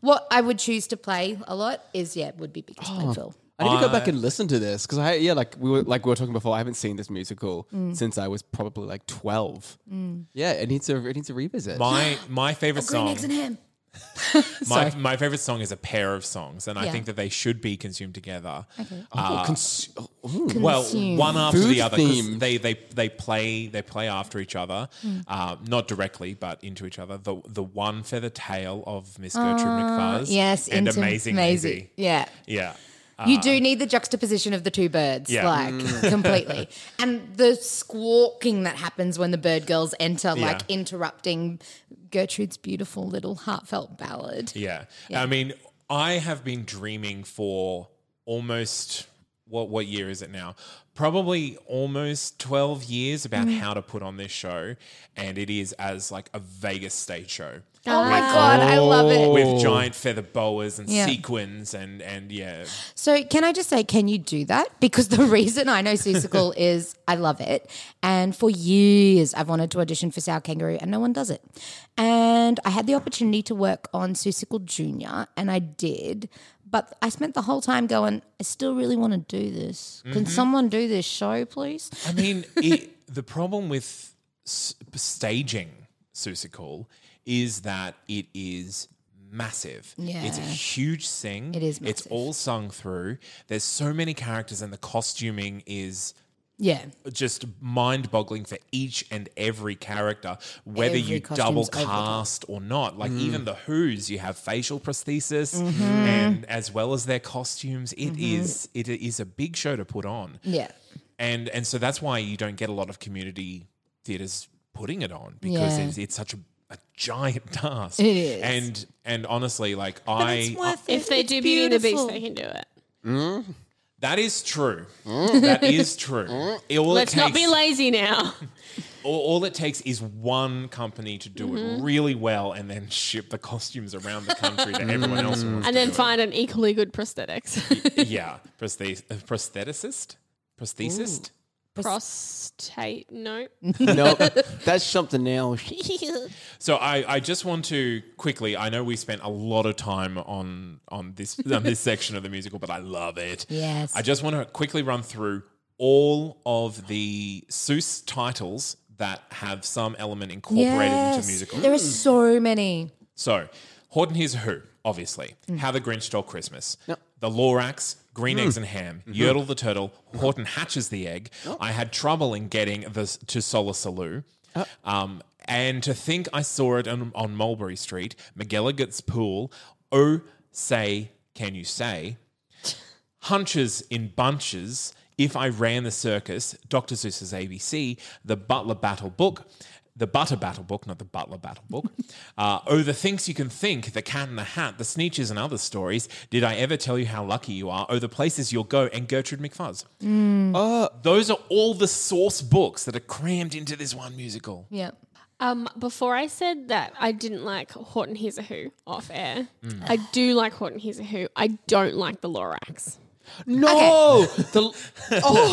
Speaker 4: what I would choose to play a lot is yeah, would be Biggest
Speaker 1: Oh,
Speaker 4: Blameful.
Speaker 3: I need to go back and listen to this because I yeah like we were like we were talking before I haven't seen this musical
Speaker 4: Mm.
Speaker 3: since I was probably like twelve. Yeah, it needs a it needs a revisit.
Speaker 1: My my favorite
Speaker 4: Green
Speaker 1: song,
Speaker 4: eggs and ham.
Speaker 1: my, my favorite song is a pair of songs, and I
Speaker 4: Yeah.
Speaker 1: think that they should be consumed together. Okay.
Speaker 3: Cons- oh, ooh.
Speaker 1: Well, one after
Speaker 3: Food
Speaker 1: the other. 'cause
Speaker 3: themed.
Speaker 1: They they they play they play after each other,
Speaker 4: Hmm.
Speaker 1: uh, not directly, but into each other. The the one feather tail of Miss Gertrude McFuzz,
Speaker 4: Ah, Yes,
Speaker 1: and
Speaker 4: into
Speaker 1: amazing
Speaker 4: Maisie.
Speaker 1: Maisie.
Speaker 4: Yeah.
Speaker 1: yeah.
Speaker 4: you do need the juxtaposition of the two birds,
Speaker 1: Yeah.
Speaker 4: like completely, and the squawking that happens when the bird girls enter, like
Speaker 1: Yeah.
Speaker 4: interrupting Gertrude's beautiful little heartfelt ballad.
Speaker 1: Yeah. I mean, I have been dreaming for almost what what year is it now? Probably almost 12 years
Speaker 4: Hmm.
Speaker 1: about how to put on this show and it is as like a Vegas stage show.
Speaker 4: Oh my god, I love it.
Speaker 1: With giant feather boas and
Speaker 4: Yeah.
Speaker 1: sequins and and yeah,
Speaker 4: So can I just say, can you do that? Because the reason I know Seussical is I love it. And for years I've wanted to audition for Sour Kangaroo and no one does it. And I had the opportunity to work on Seussical Junior and I did. But I spent the whole time going, I still really
Speaker 1: Mm-hmm.
Speaker 4: want to do this. Can someone do this show, please?
Speaker 1: I mean, it, the problem with s- staging Susical is that it is massive. It's a
Speaker 4: Yeah.
Speaker 1: huge thing.
Speaker 4: It is
Speaker 1: It's
Speaker 4: massive.
Speaker 1: all sung through. There's so many characters and the costuming is
Speaker 4: Yeah.
Speaker 1: just mind boggling for each and every character, whether
Speaker 4: Every
Speaker 1: you
Speaker 4: costume's
Speaker 1: double
Speaker 4: over the top.
Speaker 1: cast or not. Like even the Who's, you have facial prosthesis
Speaker 4: Mm-hmm.
Speaker 1: and as well as their costumes. It is it is a big show to put on.
Speaker 4: Yeah.
Speaker 1: And and so that's why you don't get a lot of community theaters putting it on because
Speaker 4: Yeah.
Speaker 1: it's, it's such a, a giant task.
Speaker 4: It is.
Speaker 1: And and honestly, like
Speaker 4: But
Speaker 1: I
Speaker 4: it's worth it.
Speaker 2: If they
Speaker 4: It's
Speaker 2: do Beauty and the Beast, they
Speaker 4: beautiful.
Speaker 2: can do it.
Speaker 1: that is true. that is true. All it
Speaker 2: Let's not be
Speaker 1: takes-
Speaker 2: lazy now.
Speaker 1: all, all it takes is one company to do it
Speaker 2: Mm-hmm.
Speaker 1: really well and then ship the costumes around the country that everyone else wants
Speaker 2: Mm. and
Speaker 1: to
Speaker 2: then
Speaker 1: do
Speaker 2: find an equally good prosthetics.
Speaker 1: it. yeah prosthes- uh, prostheticist prosthesist
Speaker 2: Prostate, no.
Speaker 3: no, that's something else.
Speaker 1: so I, I just want to quickly I know we spent a lot of time on on this on this section of the musical but I love it
Speaker 4: Yes.
Speaker 1: I just want to quickly run through all of the Seuss titles that have some element incorporated into musicals
Speaker 4: There are so many.
Speaker 1: So, Horton Hears a Who, obviously. How the Grinch Stole Christmas. The Lorax, Green Eggs and Ham, Yertle the Turtle, Horton Hatches the Egg. I had trouble in getting this to Solasaloo. Um, and to think I saw it on, on Mulberry Street, McGilligut's Pool, Oh Say Can You Say, Hunches in Bunches, If I Ran the Circus, Dr. Seuss's ABC, The Butler Battle Book, The Butter Battle Book, not The Butler Battle Book, uh, Oh, The Things You Can Think, The Cat in the Hat, The Sneeches and Other Stories, Did I Ever Tell You How Lucky You Are, Oh, The Places You'll Go, and Gertrude McFuzz. Uh, Those are all the source books that are crammed into this one musical.
Speaker 4: Yeah.
Speaker 2: Um, before I said that I didn't like Horton Hears a Who off air, I do like Horton Hears a Who. I don't like the Lorax.
Speaker 3: No, the,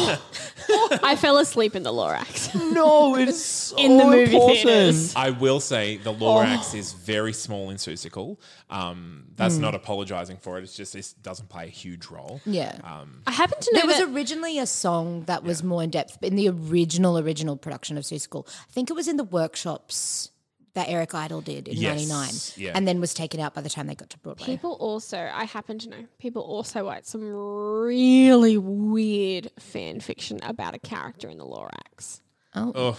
Speaker 2: I fell asleep in the Lorax.
Speaker 4: Oh,
Speaker 3: no, it's so
Speaker 2: In the movie
Speaker 3: important.
Speaker 2: theaters.
Speaker 1: I will say the
Speaker 2: Oh.
Speaker 1: Lorax is very small in Susical. Um, that's
Speaker 2: Hmm.
Speaker 1: not apologizing for it. It's just this doesn't play a huge role.
Speaker 4: Yeah.
Speaker 2: I happen to know
Speaker 4: There was
Speaker 2: that-
Speaker 4: originally a song that was more in depth in the original original production of Sue School. I think it was in the workshops that Eric Idle did in
Speaker 1: Yes,
Speaker 4: '99,
Speaker 1: yeah.
Speaker 4: and then was taken out by the time they got to Broadway.
Speaker 2: People also, I happen to know, people also write some really weird fan fiction about a character in the Lorax.
Speaker 1: Ugh.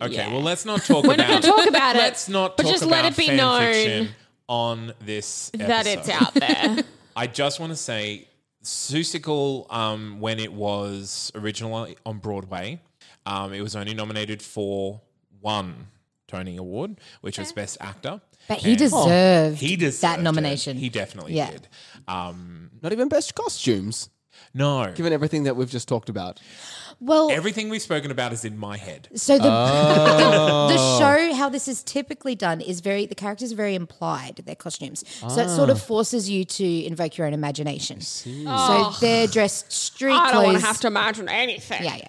Speaker 1: Okay,
Speaker 2: Yeah.
Speaker 1: well, let's not talk
Speaker 2: We're
Speaker 1: about
Speaker 2: not going to talk about it.
Speaker 1: Let's not
Speaker 2: But
Speaker 1: talk
Speaker 2: just
Speaker 1: about
Speaker 2: let it be
Speaker 1: fan
Speaker 2: known
Speaker 1: fiction on this episode.
Speaker 2: that it's out there.
Speaker 1: I just want to say, Susical, um, when it was originally on Broadway, um, it was only nominated for one Tony Award, which was Best Actor.
Speaker 4: but he
Speaker 1: And-
Speaker 4: deserved,
Speaker 1: He deserved
Speaker 4: that
Speaker 1: it.
Speaker 4: nomination.
Speaker 1: He definitely
Speaker 4: Yeah.
Speaker 1: did. Um,
Speaker 3: Not even best costumes,
Speaker 1: no,
Speaker 3: given everything that we've just talked about.
Speaker 4: well,
Speaker 1: everything we've spoken about is in my head.
Speaker 4: So the, the the show how this is typically done is very the characters are very implied their costumes. So it sort of forces you to invoke your own imagination. So they're dressed street
Speaker 2: I don't want
Speaker 4: clothes.
Speaker 2: to have to imagine anything.
Speaker 4: yeah, yeah.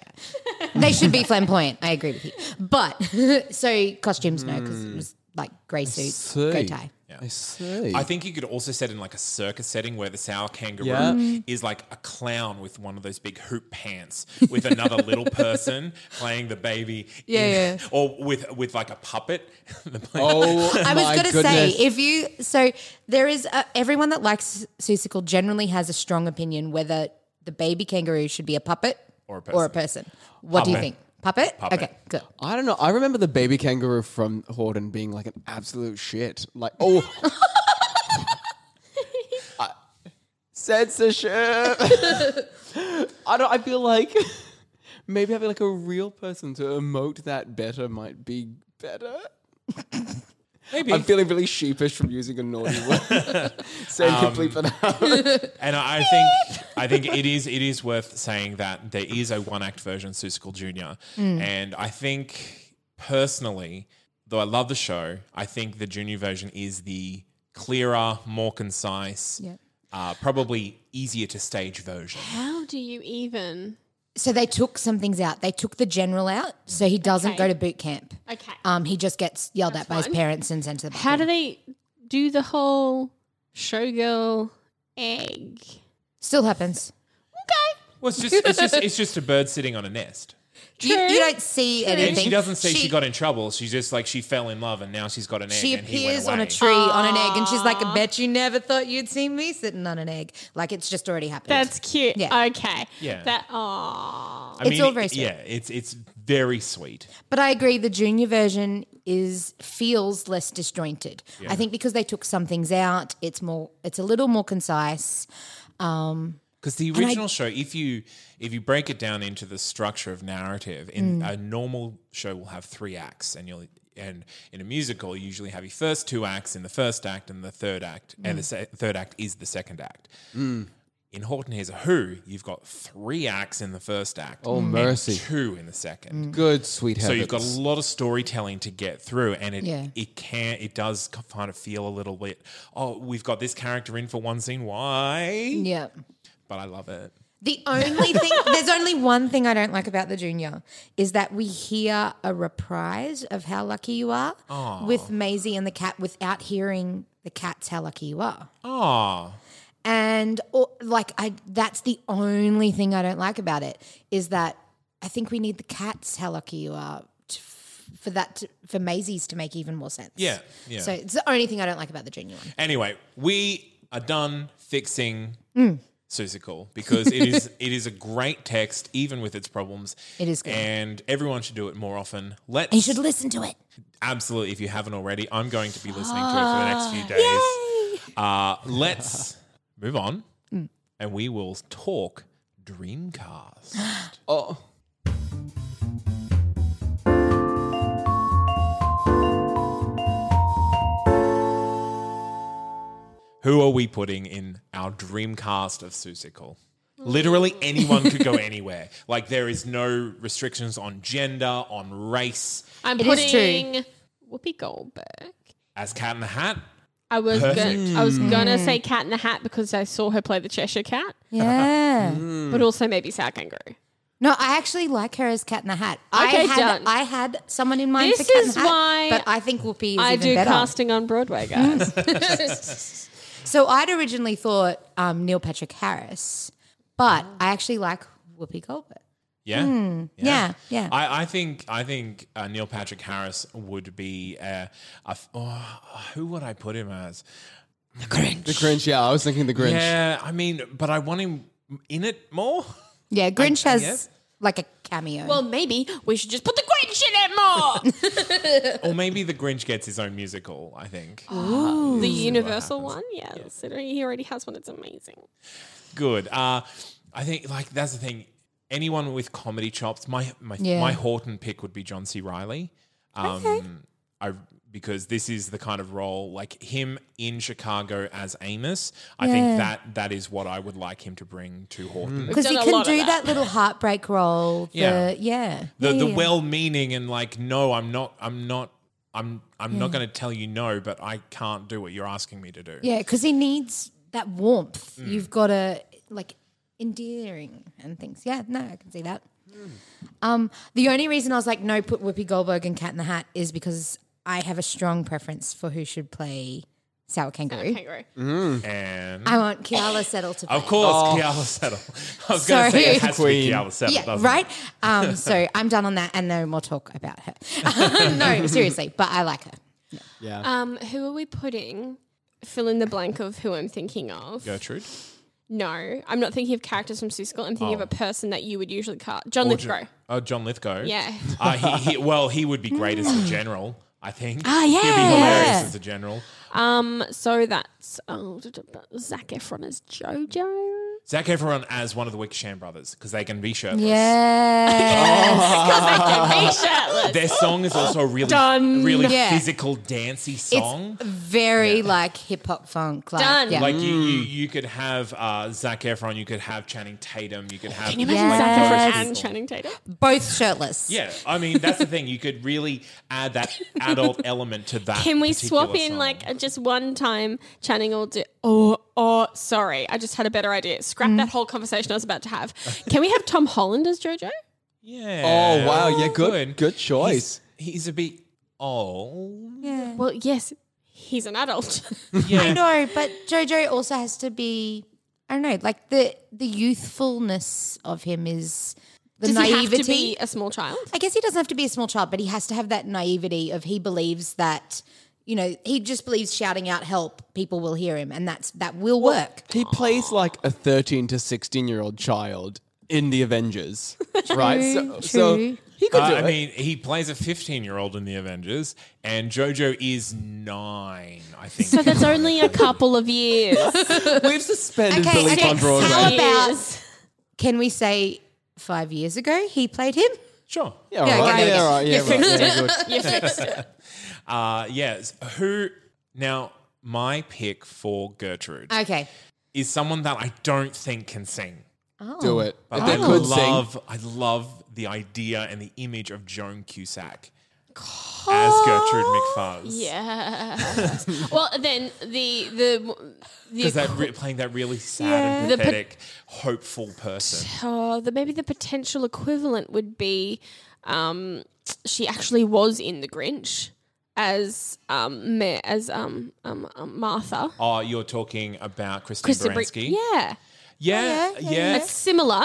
Speaker 4: They should be flamboyant. I agree with you. But so costumes no because it was like grey suits, grey tie.
Speaker 3: I see.
Speaker 1: I think you could also set in like a circus setting where the sour kangaroo
Speaker 3: Yeah.
Speaker 1: is like a clown with one of those big hoop pants with another little person playing the baby. Yeah, Or with with like a puppet. The play-
Speaker 3: oh,
Speaker 4: I was
Speaker 3: my
Speaker 4: going to say,
Speaker 3: goodness.
Speaker 4: if you, so there is a, everyone that likes Seussical generally has a strong opinion whether the baby kangaroo should be a puppet
Speaker 1: Or a
Speaker 4: person. What do you
Speaker 1: Puppet.
Speaker 4: think? Puppet?
Speaker 1: Puppet.
Speaker 4: Okay, good.
Speaker 3: I don't know. I remember the baby kangaroo from Horton being like an absolute shit. Like, oh. I- censorship. I don't. I feel like maybe having like a real person to emote that better might be better.
Speaker 1: Maybe.
Speaker 3: I'm feeling really sheepish from using a naughty word. Saying
Speaker 1: Um,
Speaker 3: complete for now.
Speaker 1: and I I think I think it is it is worth saying that there is a one act version of Seussical Junior,
Speaker 4: Hmm.
Speaker 1: and I think personally, though I love the show, I think the junior version is the clearer, more concise, uh, probably easier to stage version.
Speaker 2: How do you even?
Speaker 4: So they took some things out. They took the general out, so he doesn't go to boot camp.
Speaker 2: Okay.
Speaker 4: Um, he just gets yelled at by his
Speaker 2: fine.
Speaker 4: parents and sent to the
Speaker 2: How do
Speaker 4: bathroom.
Speaker 2: they do the whole showgirl egg?
Speaker 4: Still happens.
Speaker 2: Okay.
Speaker 1: Well, it's just it's just it's just a bird sitting on a nest.
Speaker 4: You,
Speaker 2: True.
Speaker 4: you don't see anything.
Speaker 1: And she doesn't say she, got in trouble. She's just like she fell in love and now she's got an egg.
Speaker 4: She
Speaker 1: and he went
Speaker 4: appears on a
Speaker 1: away.
Speaker 4: tree on an egg, and she's like, "I bet you never thought you'd see me sitting on an egg." Like it's just already happened.
Speaker 2: That's cute.
Speaker 4: Yeah.
Speaker 2: Okay.
Speaker 1: Yeah.
Speaker 2: That. Aww.
Speaker 1: I
Speaker 4: It's
Speaker 1: mean,
Speaker 4: all very sweet.
Speaker 1: Yeah, it's it's very sweet.
Speaker 4: But I agree, the junior version is feels less disjointed. I think because they took some things out, it's more, it's a little more concise.
Speaker 1: Because the original show, if you if you break it down into the structure of narrative, in
Speaker 4: Mm.
Speaker 1: a normal show will have three acts, and you'll and in a musical you usually have your first two acts in the first act and the third act, and the se-
Speaker 4: Mm.
Speaker 1: third act is the second act.
Speaker 3: Mm.
Speaker 1: In Horton Hears a Who, you've got three acts in the first act,
Speaker 3: Oh, mercy.
Speaker 1: two in the second.
Speaker 4: Mm.
Speaker 3: Good, sweet
Speaker 1: So
Speaker 3: heavens.
Speaker 1: you've got a lot of storytelling to get through, and it
Speaker 4: Yeah.
Speaker 1: it can it does kind of feel a little bit. Oh, we've got this character in for one scene. Why?
Speaker 4: Yeah.
Speaker 1: But I love it.
Speaker 4: The only thing, there's only one thing I don't like about the junior is that we hear a reprise of How Lucky You Are with Maisie and the cat without hearing the cat's How Lucky You Are.
Speaker 1: Ah.
Speaker 4: and or, like I that's the only thing I don't like about it is that I think we need the cats how lucky you are to, for that to, for Maisie's to make even more sense.
Speaker 1: Yeah, yeah.
Speaker 4: So it's the only thing I don't like about the junior one.
Speaker 1: Anyway, we are done fixing
Speaker 4: Mm.
Speaker 1: Susical because it is it is a great text, even with its problems.
Speaker 4: It is good.
Speaker 1: and everyone should do it more often. Let's
Speaker 4: You should listen to it.
Speaker 1: absolutely, if you haven't already, I'm going to be listening to it for the next few days. Uh,
Speaker 4: Ah,
Speaker 1: let's move on,
Speaker 4: Mm.
Speaker 1: and we will talk Dreamcast.
Speaker 3: oh.
Speaker 1: Who are we putting in our Dreamcast of Susical? Literally anyone could go anywhere. Like there is no restrictions on gender, on race.
Speaker 2: I'm
Speaker 4: It is true.
Speaker 2: putting Whoopi Goldberg.
Speaker 1: As Cat in the Hat,
Speaker 2: I was gonna, I was gonna say Cat in the Hat because I saw her play the Cheshire Cat,
Speaker 4: Yeah.
Speaker 2: but also maybe Sour Kangaroo.
Speaker 4: No, I actually like her as Cat in the Hat. I
Speaker 2: Okay,
Speaker 4: had
Speaker 2: done.
Speaker 4: I had someone in mind
Speaker 2: This
Speaker 4: for Cat in
Speaker 2: is
Speaker 4: the Hat,
Speaker 2: why
Speaker 4: but I think Whoopi is
Speaker 2: I
Speaker 4: even
Speaker 2: do
Speaker 4: better.
Speaker 2: casting on Broadway, guys.
Speaker 4: So I'd originally thought um, Neil Patrick Harris, but I actually like Whoopi Goldberg.
Speaker 1: Yeah.
Speaker 3: Hmm.
Speaker 4: Yeah, yeah.
Speaker 1: I, I think I think uh, Neil Patrick Harris would be uh, a f- oh, who would I put him as?
Speaker 3: The Grinch, yeah. I was thinking the Grinch.
Speaker 1: Yeah, I mean, but I want him in it more.
Speaker 4: Yeah, Grinch has
Speaker 1: yes.
Speaker 4: like a cameo.
Speaker 2: well, maybe we should just put the Grinch in it more.
Speaker 1: or maybe the Grinch gets his own musical. I think.
Speaker 2: the Universal one, yeah. Considering he already has one, it's amazing.
Speaker 1: Good. Uh, I think like that's the thing. Anyone with comedy chops, my my
Speaker 4: Yeah.
Speaker 1: my Horton pick would be John C. Riley. Um, I because this is the kind of role like him in Chicago as Amos. I think that that is what I would like him to bring to Horton.
Speaker 4: because
Speaker 2: done
Speaker 4: he
Speaker 2: a
Speaker 4: can
Speaker 2: lot of
Speaker 4: do that.
Speaker 2: that.
Speaker 4: little heartbreak roll. The,
Speaker 1: Yeah.
Speaker 4: yeah, yeah.
Speaker 1: the
Speaker 4: yeah,
Speaker 1: the
Speaker 4: yeah.
Speaker 1: well-meaning and like no i'm not i'm not i'm i'm not going to tell you no but i can't do what you're asking me to do
Speaker 4: Yeah, because he needs that warmth. You've got to like endearing and things. Yeah, no, I can see that. Um, the only reason I was like, no, put Whoopi Goldberg and Cat in the Hat is because I have a strong preference for who should play Sour Kangaroo.
Speaker 2: Kangaroo.
Speaker 1: and
Speaker 4: I want Kiala Settle to play.
Speaker 1: of course Keala Settle. i was going to say it
Speaker 4: Sorry.
Speaker 1: has to be
Speaker 3: Queen.
Speaker 1: Keala Settle
Speaker 4: Yeah,
Speaker 1: doesn't it?
Speaker 4: right. Um, so I'm done on that, and no more talk about her. no, seriously, but I like her.
Speaker 2: Um, who are we putting? Fill in the blank of who I'm thinking of.
Speaker 1: gertrude
Speaker 2: No, I'm not thinking of characters from Siskel. I'm thinking of a person that you would usually cast. John
Speaker 1: Oh. Or
Speaker 2: Lithgow.
Speaker 1: Jo- oh john lithgow
Speaker 2: Yeah.
Speaker 1: uh, he, he, well he would be great as the general i think
Speaker 4: Ah,
Speaker 1: he'd be
Speaker 4: yeah.
Speaker 1: hilarious
Speaker 4: Yeah.
Speaker 1: as the general
Speaker 2: Um, so that's oh, Zach Efron as JoJo.
Speaker 1: zach everyone as one of the wickersham brothers because they can be shirtless Oh.
Speaker 4: Yeah.
Speaker 1: their song is also a really
Speaker 2: Done.
Speaker 1: really
Speaker 4: Yeah.
Speaker 1: physical dancey song
Speaker 4: It's very like hip hop funk. Like,
Speaker 2: Done.
Speaker 4: Yeah.
Speaker 1: Like you, you, you could have uh, Zach Efron, you could have Channing Tatum, you could have. Can you
Speaker 4: imagine Zac Yes. Efron
Speaker 2: and Channing Tatum.
Speaker 4: Both shirtless.
Speaker 1: Yeah, I mean that's the thing. You could really add that adult element to that.
Speaker 2: Can we
Speaker 1: particular
Speaker 2: swap in
Speaker 1: song.
Speaker 2: like just one time? Channing will do. Oh, oh, sorry, I just had a better idea. Scrap that whole conversation I was about to have. Can we have Tom Holland as JoJo?
Speaker 1: Yeah.
Speaker 3: Oh, wow. Yeah, good. Good
Speaker 1: He's,
Speaker 3: choice.
Speaker 1: he's a bit old.
Speaker 2: Well, yes, he's an adult.
Speaker 1: Yeah.
Speaker 4: I know, but JoJo also has to be. I don't know. Like the the youthfulness of him is the
Speaker 2: Does
Speaker 4: naivety.
Speaker 2: he have to be a small child?
Speaker 4: I guess he doesn't have to be a small child, but he has to have that naivety of he believes that, you know, he just believes shouting out help, people will hear him, and that's that will work.
Speaker 3: He plays like a 13 to 16 year old child in the Avengers, right? So, so
Speaker 4: true.
Speaker 3: he could
Speaker 1: Uh,
Speaker 3: do
Speaker 1: I
Speaker 3: it.
Speaker 1: mean, he plays a 15 year old in the Avengers, and JoJo is nine, I think.
Speaker 2: So that's only a couple of years.
Speaker 3: We've suspended
Speaker 4: Okay,
Speaker 3: belief
Speaker 4: okay,
Speaker 3: on Broadway.
Speaker 4: how about-
Speaker 2: Years.
Speaker 4: Can we say five years ago he played him?
Speaker 1: sure.
Speaker 3: yeah, all
Speaker 4: Yeah,
Speaker 3: right,
Speaker 4: okay,
Speaker 3: yeah,
Speaker 4: okay.
Speaker 3: all right, yeah, right, yeah, good.
Speaker 2: You're fixed.
Speaker 1: Uh, yes. Who now? My pick for Gertrude
Speaker 4: Okay.
Speaker 1: is someone that I don't think can sing.
Speaker 3: Do it.
Speaker 1: But
Speaker 3: they
Speaker 1: I
Speaker 3: could sing.
Speaker 1: love, I love the idea and the image of Joan Cusack as Gertrude McFarz.
Speaker 2: Oh, Yeah. well, then the the
Speaker 1: Because
Speaker 2: the,
Speaker 1: that re- playing that really sad and
Speaker 2: The pa-
Speaker 1: pathetic, hopeful person.
Speaker 2: oh, the maybe the potential equivalent would be um, she actually was in the Grinch as um Ma- as um, um, um Martha.
Speaker 1: Oh, you're talking about Christine
Speaker 2: Krista Bri-
Speaker 1: Baranski?
Speaker 2: yeah.
Speaker 1: Oh, Yeah, yeah,
Speaker 2: It's similar.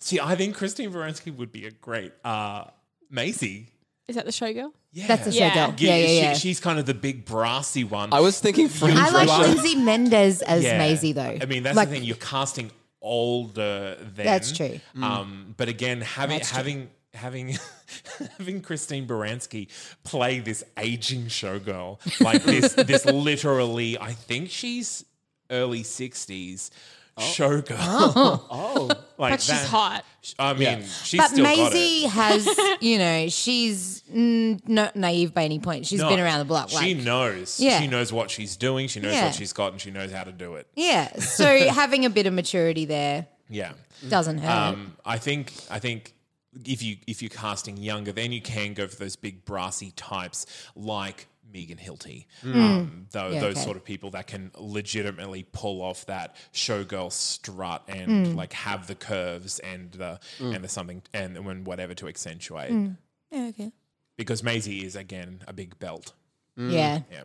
Speaker 1: See, I think Christine Baranski would be a great uh, Macy.
Speaker 2: Is that the showgirl?
Speaker 1: Yeah.
Speaker 4: That's a
Speaker 2: Yeah.
Speaker 4: showgirl.
Speaker 1: Yeah,
Speaker 4: Yeah, yeah,
Speaker 1: she-
Speaker 4: yeah.
Speaker 1: she's kind of the big brassy one.
Speaker 3: I was thinking French.
Speaker 4: I like
Speaker 1: Right.
Speaker 4: Lindsay Mendez as
Speaker 1: Yeah.
Speaker 4: Maisie though.
Speaker 1: I mean, that's
Speaker 4: like,
Speaker 1: the thing. You're casting older than.
Speaker 4: That's true.
Speaker 1: Um, but again, having having having having Christine Baranski play this aging showgirl like this this literally, I think she's early sixties showgirl. Oh, like
Speaker 2: But she's
Speaker 1: that-
Speaker 2: hot.
Speaker 1: I mean, she's
Speaker 4: But
Speaker 1: still
Speaker 4: Maisie has, you know, she's mm, not naive by any point. She's
Speaker 1: got it.
Speaker 4: been
Speaker 1: No,
Speaker 4: around the block. Like,
Speaker 1: she knows.
Speaker 4: Yeah.
Speaker 1: She knows what she's doing. She knows
Speaker 4: Yeah.
Speaker 1: what she's got, and she knows how to do it.
Speaker 4: Yeah. So having a bit of maturity there
Speaker 1: Yeah.
Speaker 4: doesn't hurt.
Speaker 1: Um, I think I think if you if you're casting younger, then you can go for those big brassy types like Megan Hilty, um, tho-
Speaker 4: Mm. Yeah,
Speaker 1: those
Speaker 4: okay.
Speaker 1: sort of people that can legitimately pull off that showgirl strut
Speaker 4: Mm.
Speaker 1: and like have the curves and the and the something and when whatever to accentuate.
Speaker 4: Mm. yeah, okay.
Speaker 1: Because Maisie is again a big belt. mm.
Speaker 4: Yeah.
Speaker 1: Yeah.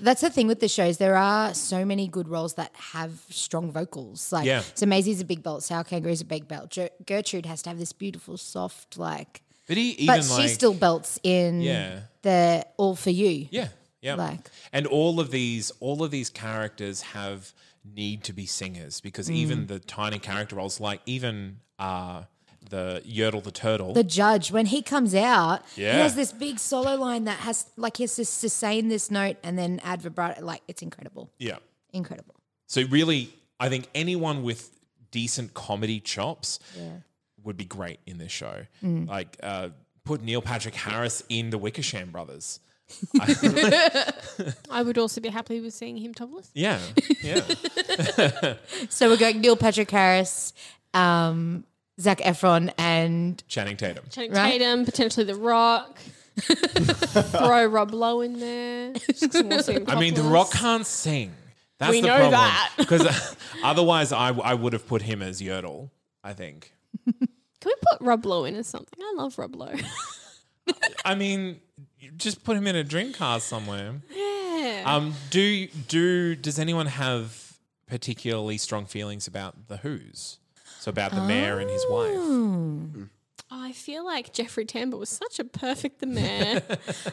Speaker 4: That's the thing with the shows. There are so many good roles that have strong vocals. Like,
Speaker 1: Yeah.
Speaker 4: so Maisie's a big belt, Sal Kangaroo's a big belt. Ger- Gertrude has to have this beautiful, soft, like,
Speaker 1: But he even
Speaker 4: but
Speaker 1: like
Speaker 4: she still belts in
Speaker 1: Yeah.
Speaker 4: the All For You.
Speaker 1: Yeah. Yeah.
Speaker 4: Like-
Speaker 1: and all of these all of these characters have need to be singers because
Speaker 4: Mm.
Speaker 1: even the tiny character roles like even uh the Yertle the turtle
Speaker 4: The judge, when he comes out, he
Speaker 1: Yeah.
Speaker 4: has this big solo line that has, like, he has to sustain this note and then add vibrato. Like, it's incredible.
Speaker 1: yeah
Speaker 4: Incredible.
Speaker 1: so really I think anyone with decent comedy chops would be great in this show
Speaker 4: Mm.
Speaker 1: like uh put Neil Patrick Harris in the Wickersham brothers
Speaker 2: I would also be happy with seeing him topless.
Speaker 1: yeah yeah
Speaker 4: So we're going Neil Patrick Harris, um, Zach Efron, and
Speaker 1: Channing Tatum
Speaker 2: Channing
Speaker 4: Right.
Speaker 2: Tatum, potentially The Rock. Throw Rob Lowe in there.
Speaker 1: I mean, The Rock can't sing. That's
Speaker 2: We
Speaker 1: the
Speaker 2: know
Speaker 1: problem.
Speaker 2: that.
Speaker 1: Because otherwise, I, I would have put him as Yertle, I think.
Speaker 2: Can we put Rob Lowe in as something? I love Rob Lowe.
Speaker 1: I mean, you just put him in a dream cast somewhere. Yeah. Um. Do do does anyone have particularly strong feelings about the Who's? So about the mayor and his wife.
Speaker 2: I feel like Jeffrey Tambor was such a perfect the man.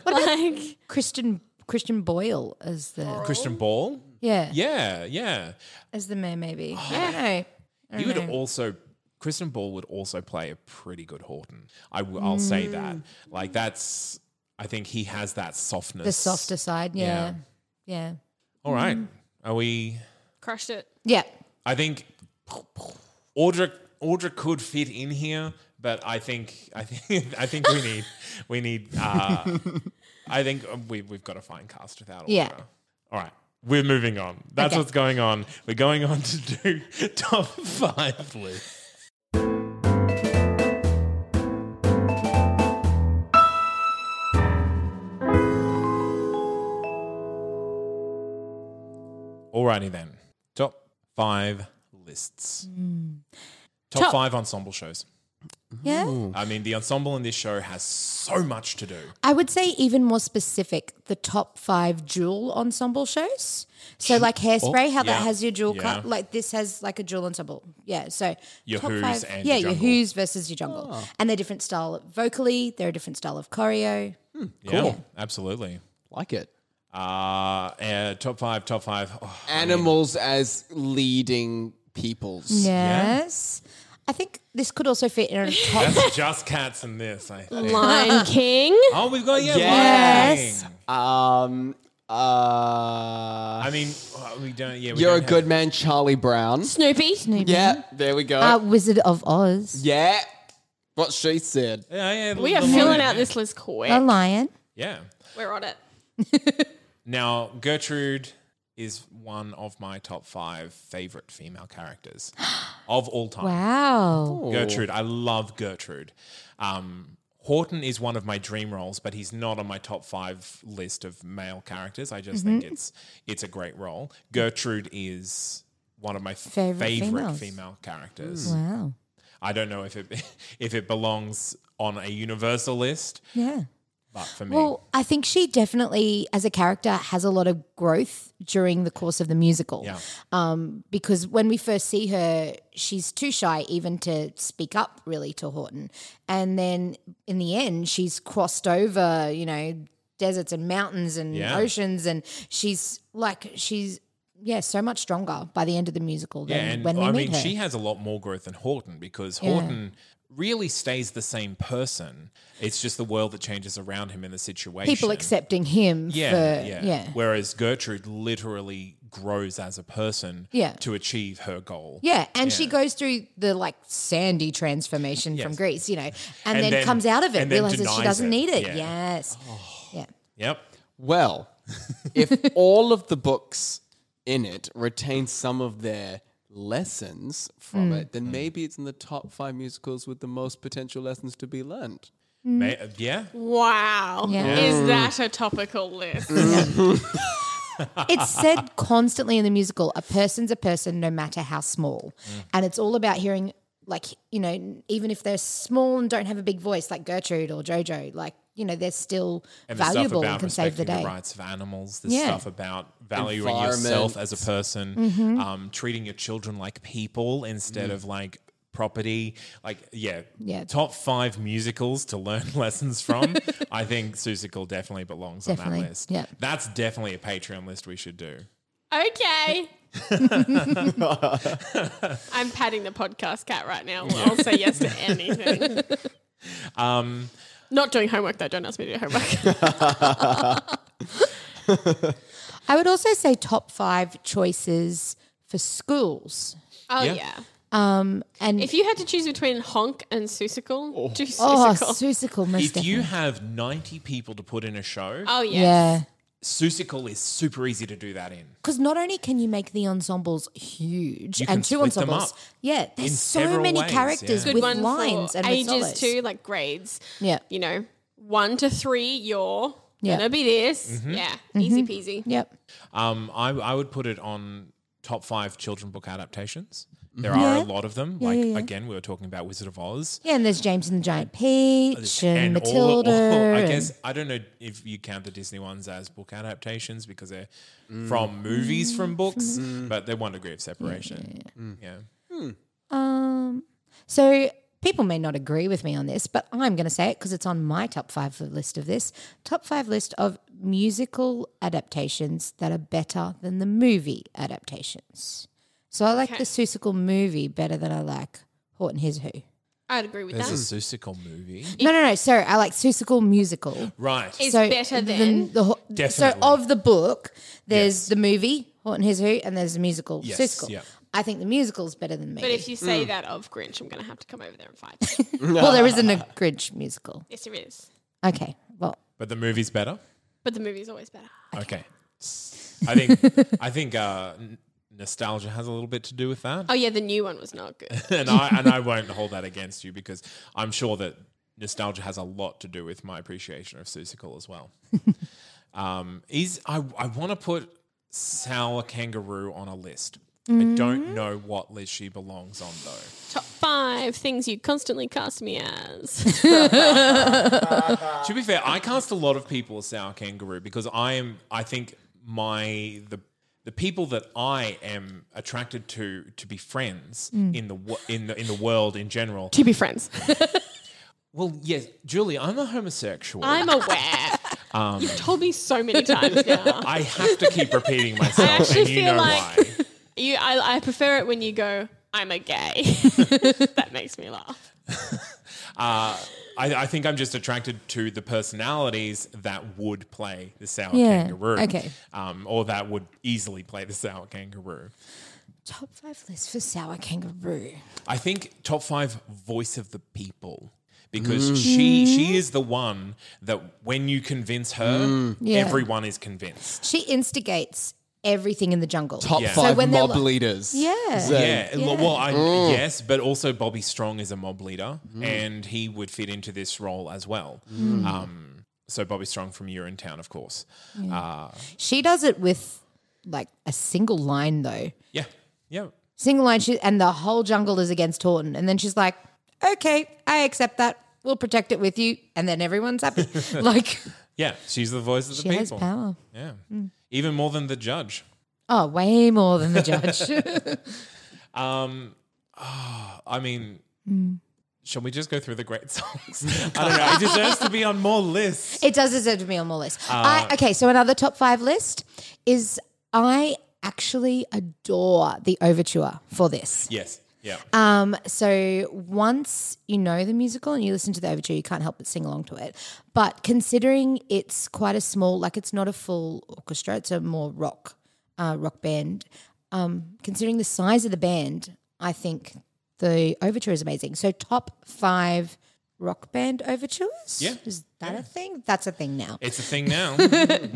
Speaker 2: like
Speaker 4: Christian Christian Boyle as the
Speaker 1: Christian Ball.
Speaker 4: yeah, Oh,
Speaker 1: Yeah, yeah.
Speaker 4: as the mayor maybe. I don't know.
Speaker 1: He would also Kristen Ball would also play a pretty good Horton. I will I'll say that. Like that's I think he has that softness.
Speaker 4: The softer side, yeah. Yeah.
Speaker 1: All right.
Speaker 4: Mm-hmm.
Speaker 1: Are we
Speaker 2: crushed it.
Speaker 4: Yeah.
Speaker 1: I think Audra Audra could fit in here, but I think I think I think we need we need uh I think we we've got a fine cast without Audra.
Speaker 4: Yeah.
Speaker 1: All right. We're moving on. That's
Speaker 4: Okay.
Speaker 1: what's going on. We're going on to do top five list. Alrighty then. Top five lists. Top,
Speaker 4: Mm. Top-
Speaker 1: five ensemble shows.
Speaker 4: Yeah.
Speaker 1: I mean, the ensemble in this show has so much to do.
Speaker 4: I would say even more specific, the top five jewel ensemble shows. So like hairspray, how
Speaker 1: yeah.
Speaker 4: that has your jewel
Speaker 1: Yeah.
Speaker 4: cut, like this has like a jewel ensemble. Yeah. So
Speaker 1: Your
Speaker 4: top
Speaker 1: Who's
Speaker 4: five,
Speaker 1: and
Speaker 4: yeah,
Speaker 1: your
Speaker 4: your
Speaker 1: Jungle.
Speaker 4: who's versus your jungle, and they're different style vocally. They're a different style of choreo.
Speaker 1: Yeah, absolutely.
Speaker 3: Like it.
Speaker 1: Uh, uh, top five, top five. Oh,
Speaker 3: Animals as leading peoples.
Speaker 4: Yes. I think this could also fit in a top.
Speaker 1: that's just cats and this. I think.
Speaker 2: Lion King.
Speaker 1: Oh, we've got yeah.
Speaker 3: Yes.
Speaker 1: lighting.
Speaker 3: Um. Uh.
Speaker 1: I mean, uh, we don't. Yeah, we
Speaker 3: You're a
Speaker 1: don't
Speaker 3: good
Speaker 1: have-
Speaker 3: man, Charlie Brown.
Speaker 2: Snoopy.
Speaker 3: Yeah, there we go.
Speaker 4: uh, Wizard of Oz,
Speaker 3: yeah, what she said.
Speaker 1: Yeah, yeah, the-
Speaker 2: We are
Speaker 1: the
Speaker 2: filling
Speaker 1: lighting.
Speaker 2: out this list quick.
Speaker 4: a lion.
Speaker 1: Yeah.
Speaker 2: We're on it.
Speaker 1: Now Gertrude is one of my top five favorite female characters of all time.
Speaker 4: Wow.
Speaker 1: Gertrude. I love Gertrude. Um, Horton is one of my dream roles, but he's not on my top five list of male characters. I just
Speaker 4: Mm-hmm.
Speaker 1: think it's it's a great role. Gertrude is one of my favorite,
Speaker 4: Favorite females. Mm.
Speaker 1: female characters.
Speaker 4: Wow.
Speaker 1: I don't know if it if it belongs on a universal list,
Speaker 4: Yeah.
Speaker 1: but for me,
Speaker 4: Well, I think she definitely, as a character, has a lot of growth during the course of the musical.
Speaker 1: Yeah.
Speaker 4: Um, because when we first see her, she's too shy even to speak up really to Horton. And then in the end, she's crossed over, you know, deserts and mountains and
Speaker 1: Yeah.
Speaker 4: oceans. And she's like, she's, yeah, so much stronger by the end of the musical
Speaker 1: yeah,
Speaker 4: than
Speaker 1: and
Speaker 4: when we
Speaker 1: I
Speaker 4: meet
Speaker 1: mean
Speaker 4: her.
Speaker 1: she has a lot more growth than Horton because
Speaker 4: Yeah.
Speaker 1: Horton really stays the same person. It's just the world that changes around him in the situation.
Speaker 4: People accepting him
Speaker 1: Yeah,
Speaker 4: for,
Speaker 1: yeah,
Speaker 4: yeah.
Speaker 1: Whereas Gertrude literally grows as a person
Speaker 4: Yeah.
Speaker 1: to achieve her goal.
Speaker 4: Yeah, and she goes through the like sandy transformation from Greece, you know, and,
Speaker 1: And
Speaker 4: then,
Speaker 1: then-
Speaker 4: comes out of it,
Speaker 1: and then
Speaker 4: realizes she
Speaker 1: denies
Speaker 4: doesn't
Speaker 1: it.
Speaker 4: need
Speaker 1: Yeah.
Speaker 4: it.
Speaker 1: Oh.
Speaker 4: Yes. Yeah.
Speaker 1: Yep.
Speaker 3: Well, if all of the books in it retain some of their lessons
Speaker 4: Hmm.
Speaker 3: from it, then maybe it's in the top five musicals with the most potential lessons to be learned.
Speaker 4: Mm.
Speaker 1: Ma- uh, yeah.
Speaker 2: Wow.
Speaker 4: Yeah.
Speaker 2: Is that a topical list?
Speaker 4: it's said constantly in the musical a person's a person no matter how small. And it's all about hearing like, you know, even if they're small and don't have a big voice like Gertrude or Jojo, like, you know, they're still
Speaker 1: And the stuff
Speaker 4: valuable
Speaker 1: about
Speaker 4: and can save
Speaker 1: respecting
Speaker 4: the day.
Speaker 1: rights of animals, the
Speaker 4: Yeah.
Speaker 1: stuff about valuing yourself
Speaker 3: Environment.
Speaker 1: as a person,
Speaker 4: Mm-hmm.
Speaker 1: um, treating your children like people instead of like property. Like, yeah,
Speaker 4: Yeah.
Speaker 1: top five musicals to learn lessons from. I think Susical definitely belongs on
Speaker 4: Definitely,
Speaker 1: that list.
Speaker 4: yeah.
Speaker 1: That's definitely a Patreon list we should do.
Speaker 2: okay. I'm patting the podcast cat right now. I'll say yes to anything. Um, Not doing homework though. Don't ask me to do homework.
Speaker 4: I would also say top five choices for schools.
Speaker 2: Oh
Speaker 1: Yeah.
Speaker 2: yeah.
Speaker 4: Um and
Speaker 2: If you had to choose between honk and susicle, do
Speaker 4: Oh,
Speaker 2: susicle.
Speaker 4: Susical
Speaker 1: If
Speaker 4: must
Speaker 1: you have 90 people to put in a show,
Speaker 2: oh yes.
Speaker 4: Yeah.
Speaker 1: Susical is super easy to do that in.
Speaker 4: Because not only can you make the ensembles huge
Speaker 1: You can
Speaker 4: and two
Speaker 1: split them
Speaker 4: ensembles,
Speaker 1: up
Speaker 4: yeah,
Speaker 1: in
Speaker 4: there's so
Speaker 1: several
Speaker 4: many
Speaker 1: ways,
Speaker 4: characters
Speaker 1: yeah.
Speaker 2: Good
Speaker 4: with
Speaker 2: one
Speaker 4: lines
Speaker 2: for
Speaker 4: and with
Speaker 2: ages
Speaker 4: solos.
Speaker 2: too, like grades.
Speaker 4: Yeah,
Speaker 2: You know, one to three, you're
Speaker 4: Yeah. Mm-hmm.
Speaker 2: gonna be this. Yeah, easy peasy.
Speaker 4: yep.
Speaker 1: Um, I, I would put it on top five children book adaptations. There are a lot of them. like again, we were talking about Wizard of Oz.
Speaker 4: Yeah, and there's James and the Giant Peach and,
Speaker 1: all- oh,
Speaker 4: Matilda.
Speaker 1: I
Speaker 4: and-
Speaker 1: guess I don't know if you count the Disney ones as book adaptations because they're from movies from books, but they're one degree of separation. Mm. Mm-hmm. Yeah,
Speaker 4: um, so people may not agree with me on this, but I'm going to say it because it's on my top five list of this top five list of musical adaptations that are better than the movie adaptations. So I like the Susical movie better than I like Horton His Who.
Speaker 2: I'd agree with
Speaker 1: there's a
Speaker 2: that.
Speaker 1: Susical movie,
Speaker 4: No, no, no. Sorry, I like Susical musical.
Speaker 1: right?
Speaker 2: It's better
Speaker 4: the-
Speaker 2: than-
Speaker 4: the, ho-
Speaker 1: Definitely.
Speaker 4: So of the book, there's the movie Horton His Who, and there's the musical
Speaker 1: Yes,
Speaker 4: Susical.
Speaker 1: yeah.
Speaker 4: I think the musical's better than me.
Speaker 2: But if you say that of Grinch, I'm gonna have to come over there and fight. you.
Speaker 4: well, there isn't a Grinch musical.
Speaker 2: yes, there is.
Speaker 4: Okay, well,
Speaker 1: but the movie's better.
Speaker 2: But the movie's always better.
Speaker 1: Okay, I think I think uh, n- nostalgia has a little bit to do with that.
Speaker 2: Oh yeah, the new one was not good.
Speaker 1: and I and I won't hold that against you because I'm sure that nostalgia has a lot to do with my appreciation of Susical as well. um, is I I want to put Sour Kangaroo on a list. I don't know what list she belongs on though.
Speaker 2: Top five things you constantly cast me as.
Speaker 1: To be fair, I cast a lot of people as sour kangaroo because I am. I think my the the people that I am attracted to to be friends in the wo- in the in the world in general.
Speaker 2: to be friends.
Speaker 1: Well, yes, Julie, I'm a homosexual.
Speaker 2: I'm aware. You've told me so many times now.
Speaker 1: I have to keep repeating myself,
Speaker 2: actually
Speaker 1: and you
Speaker 2: feel
Speaker 1: know
Speaker 2: like-
Speaker 1: why.
Speaker 2: You, I, I prefer it when you go, I'm a gay. that makes me laugh.
Speaker 1: Uh, I, I think I'm just attracted to the personalities that would play the sour
Speaker 5: Yeah,
Speaker 1: kangaroo,
Speaker 5: okay.
Speaker 1: um, or that would easily play the sour kangaroo.
Speaker 4: Top five list for sour kangaroo.
Speaker 1: I think top five voice of the people because she she is the one that when you convince her, everyone is convinced.
Speaker 4: She instigates everything in the jungle.
Speaker 3: Top
Speaker 1: Yeah. So
Speaker 3: five
Speaker 4: when they're
Speaker 3: mob
Speaker 4: like-
Speaker 3: leaders.
Speaker 4: Yeah.
Speaker 3: So-
Speaker 1: yeah, l- well, I, yes, but also Bobby Strong is a mob leader, and he would fit into this role as well.
Speaker 4: Mm.
Speaker 1: Um, so Bobby Strong from Urinetown, of course. Uh,
Speaker 4: She does it with like a single line though.
Speaker 1: yeah, yeah.
Speaker 4: Single line she, and the whole jungle is against Horton. And then she's like, Okay, I accept that. We'll protect it with you. And then everyone's happy. like
Speaker 1: Yeah, she's the voice of the
Speaker 4: she
Speaker 1: people.
Speaker 4: has power. Mm.
Speaker 1: Yeah, even more than the judge.
Speaker 4: Oh, way more than the judge.
Speaker 1: Um, ah, I mean,
Speaker 4: Mm.
Speaker 1: shall we just go through the great songs? I don't know. It deserves to be on more lists.
Speaker 4: It does deserve to be on more lists. I, okay, so another top five list is I actually adore the overture for this.
Speaker 1: Yes. Yeah.
Speaker 4: Um, so once you know the musical and you listen to the overture, you can't help but sing along to it. But considering it's quite a small, like it's not a full orchestra, it's a more rock, uh, rock band. Um, considering the size of the band, I think the overture is amazing. So top five rock band overtures.
Speaker 1: Yeah.
Speaker 4: is that a thing? That's a thing now.
Speaker 1: It's a thing now. we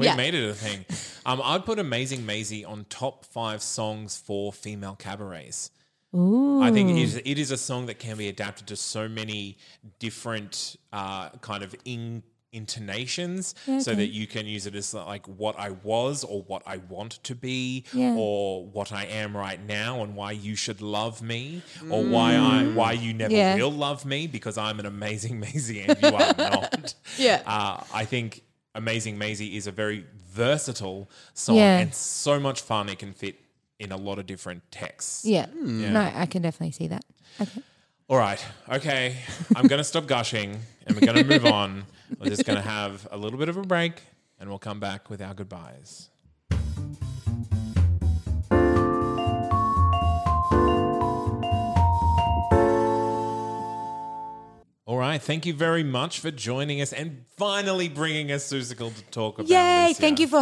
Speaker 4: Yeah.
Speaker 1: made it a thing. Um, I'd put Amazing Maisie on top five songs for female cabarets. I think it is, it is a song that can be adapted to so many different uh, kind of in, intonations so that you can use it as like what I was or what I want to be or what I am right now and why you should love me
Speaker 4: Mm.
Speaker 1: or why I why you never
Speaker 4: Yeah.
Speaker 1: will love me because I'm an amazing Maisie and you are not.
Speaker 4: Yeah.
Speaker 1: Uh, I think Amazing Maisie is a very versatile song
Speaker 4: Yeah.
Speaker 1: and so much fun. It can fit in a lot of different texts.
Speaker 4: Yeah.
Speaker 1: Hmm.
Speaker 4: No, I can definitely see that. Okay.
Speaker 1: All right. Okay. I'm going to stop gushing and we're going to move on. We're just going to have a little bit of a break and we'll come back with our goodbyes. All right. Thank you very much for joining us and finally bringing us Susicle to talk about.
Speaker 4: Yay,
Speaker 1: Alicia.
Speaker 4: thank you for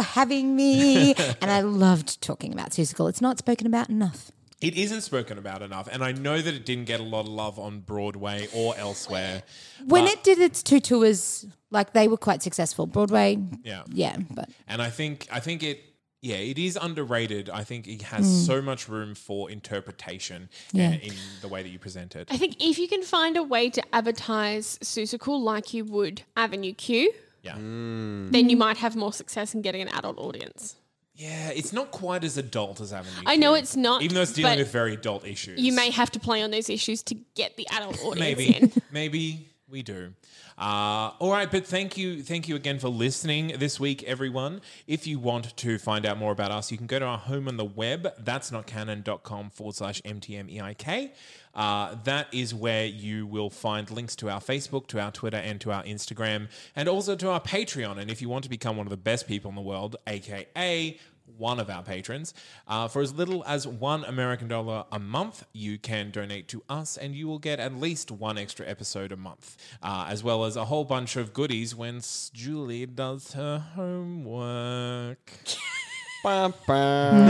Speaker 4: having me. and I loved talking about Seussical. It's not spoken about enough.
Speaker 1: It isn't spoken about enough. And I know that it didn't get a lot of love on Broadway or elsewhere.
Speaker 4: When
Speaker 1: but-
Speaker 4: it did its two tours, like they were quite successful. Broadway,
Speaker 1: Yeah.
Speaker 4: yeah, but
Speaker 1: And I think I think it yeah, it is underrated. I think it has
Speaker 2: Mm.
Speaker 1: so much room for interpretation uh, in the way that you present it.
Speaker 2: I think if you can find a way to advertise Susical like you would Avenue Q,
Speaker 1: Yeah.
Speaker 2: then you might have more success in getting an adult audience.
Speaker 1: Yeah, it's not quite as adult as Avenue.
Speaker 2: I know
Speaker 1: Q,
Speaker 2: it's not,
Speaker 1: Even though it's dealing
Speaker 2: but
Speaker 1: with very adult issues.
Speaker 2: You may have to play on those issues to get the adult audience
Speaker 1: maybe
Speaker 2: in.
Speaker 1: maybe we do uh, all right but thank you thank you again for listening this week everyone if you want to find out more about us you can go to our home on the web that's not canon.com forward slash mtmeik E uh, that is where you will find links to our facebook to our twitter and to our instagram and also to our patreon and if you want to become one of the best people in the world aka one of our patrons. Uh, for as little as one American dollar a month, you can donate to us and you will get at least one extra episode a month, uh, as well as a whole bunch of goodies when S- Julie does her homework.
Speaker 3: Bum,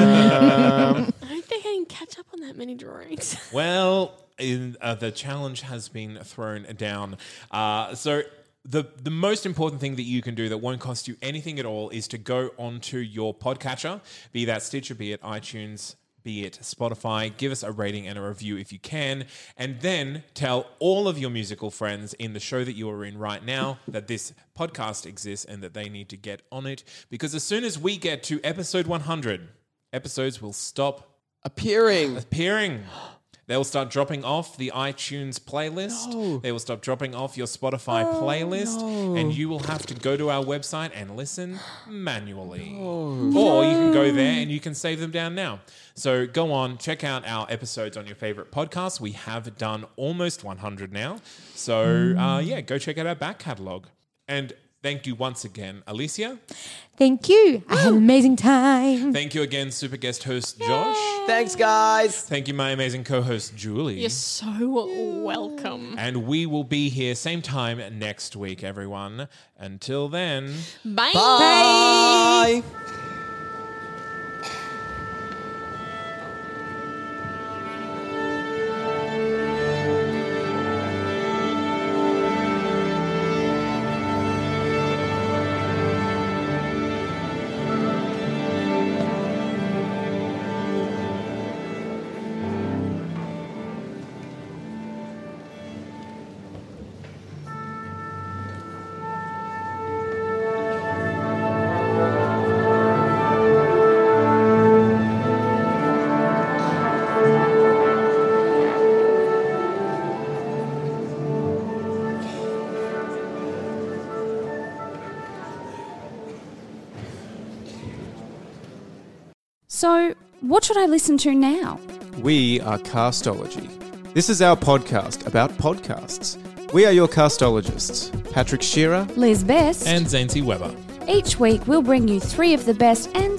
Speaker 3: bum.
Speaker 2: I don't think I can catch up on that many drawings.
Speaker 1: Well, in, uh, the challenge has been thrown down. Uh, so. The, the most important thing that you can do that won't cost you anything at all is to go onto your podcatcher, be that Stitcher, be it iTunes, be it Spotify. Give us a rating and a review if you can. And then tell all of your musical friends in the show that you are in right now that this podcast exists and that they need to get on it. Because as soon as we get to episode 100, episodes will stop
Speaker 3: Appearing.
Speaker 1: appearing. They will start dropping off the iTunes playlist. They will start dropping off your Spotify playlist, and you will have to go to our website and listen manually. Or you can go there and you can save them down now. So go on, check out our episodes on your favorite podcasts. We have done almost 100 now. So uh, yeah, go check out our back catalog. And thank you once again, Alicia.
Speaker 5: Thank you. I had an amazing time.
Speaker 1: Thank you again, super guest host Josh.
Speaker 3: Thanks, guys.
Speaker 1: Thank you, my amazing co-host Julie.
Speaker 2: You're so welcome.
Speaker 1: And we will be here same time next week, everyone. Until then.
Speaker 2: Bye.
Speaker 3: Bye.
Speaker 6: So, what should I listen to now?
Speaker 3: We are Castology. This is our podcast about podcasts. We are your castologists, Patrick Shearer.
Speaker 6: Liz Best.
Speaker 1: And Zancy Weber.
Speaker 6: Each week, we'll bring you three of the best and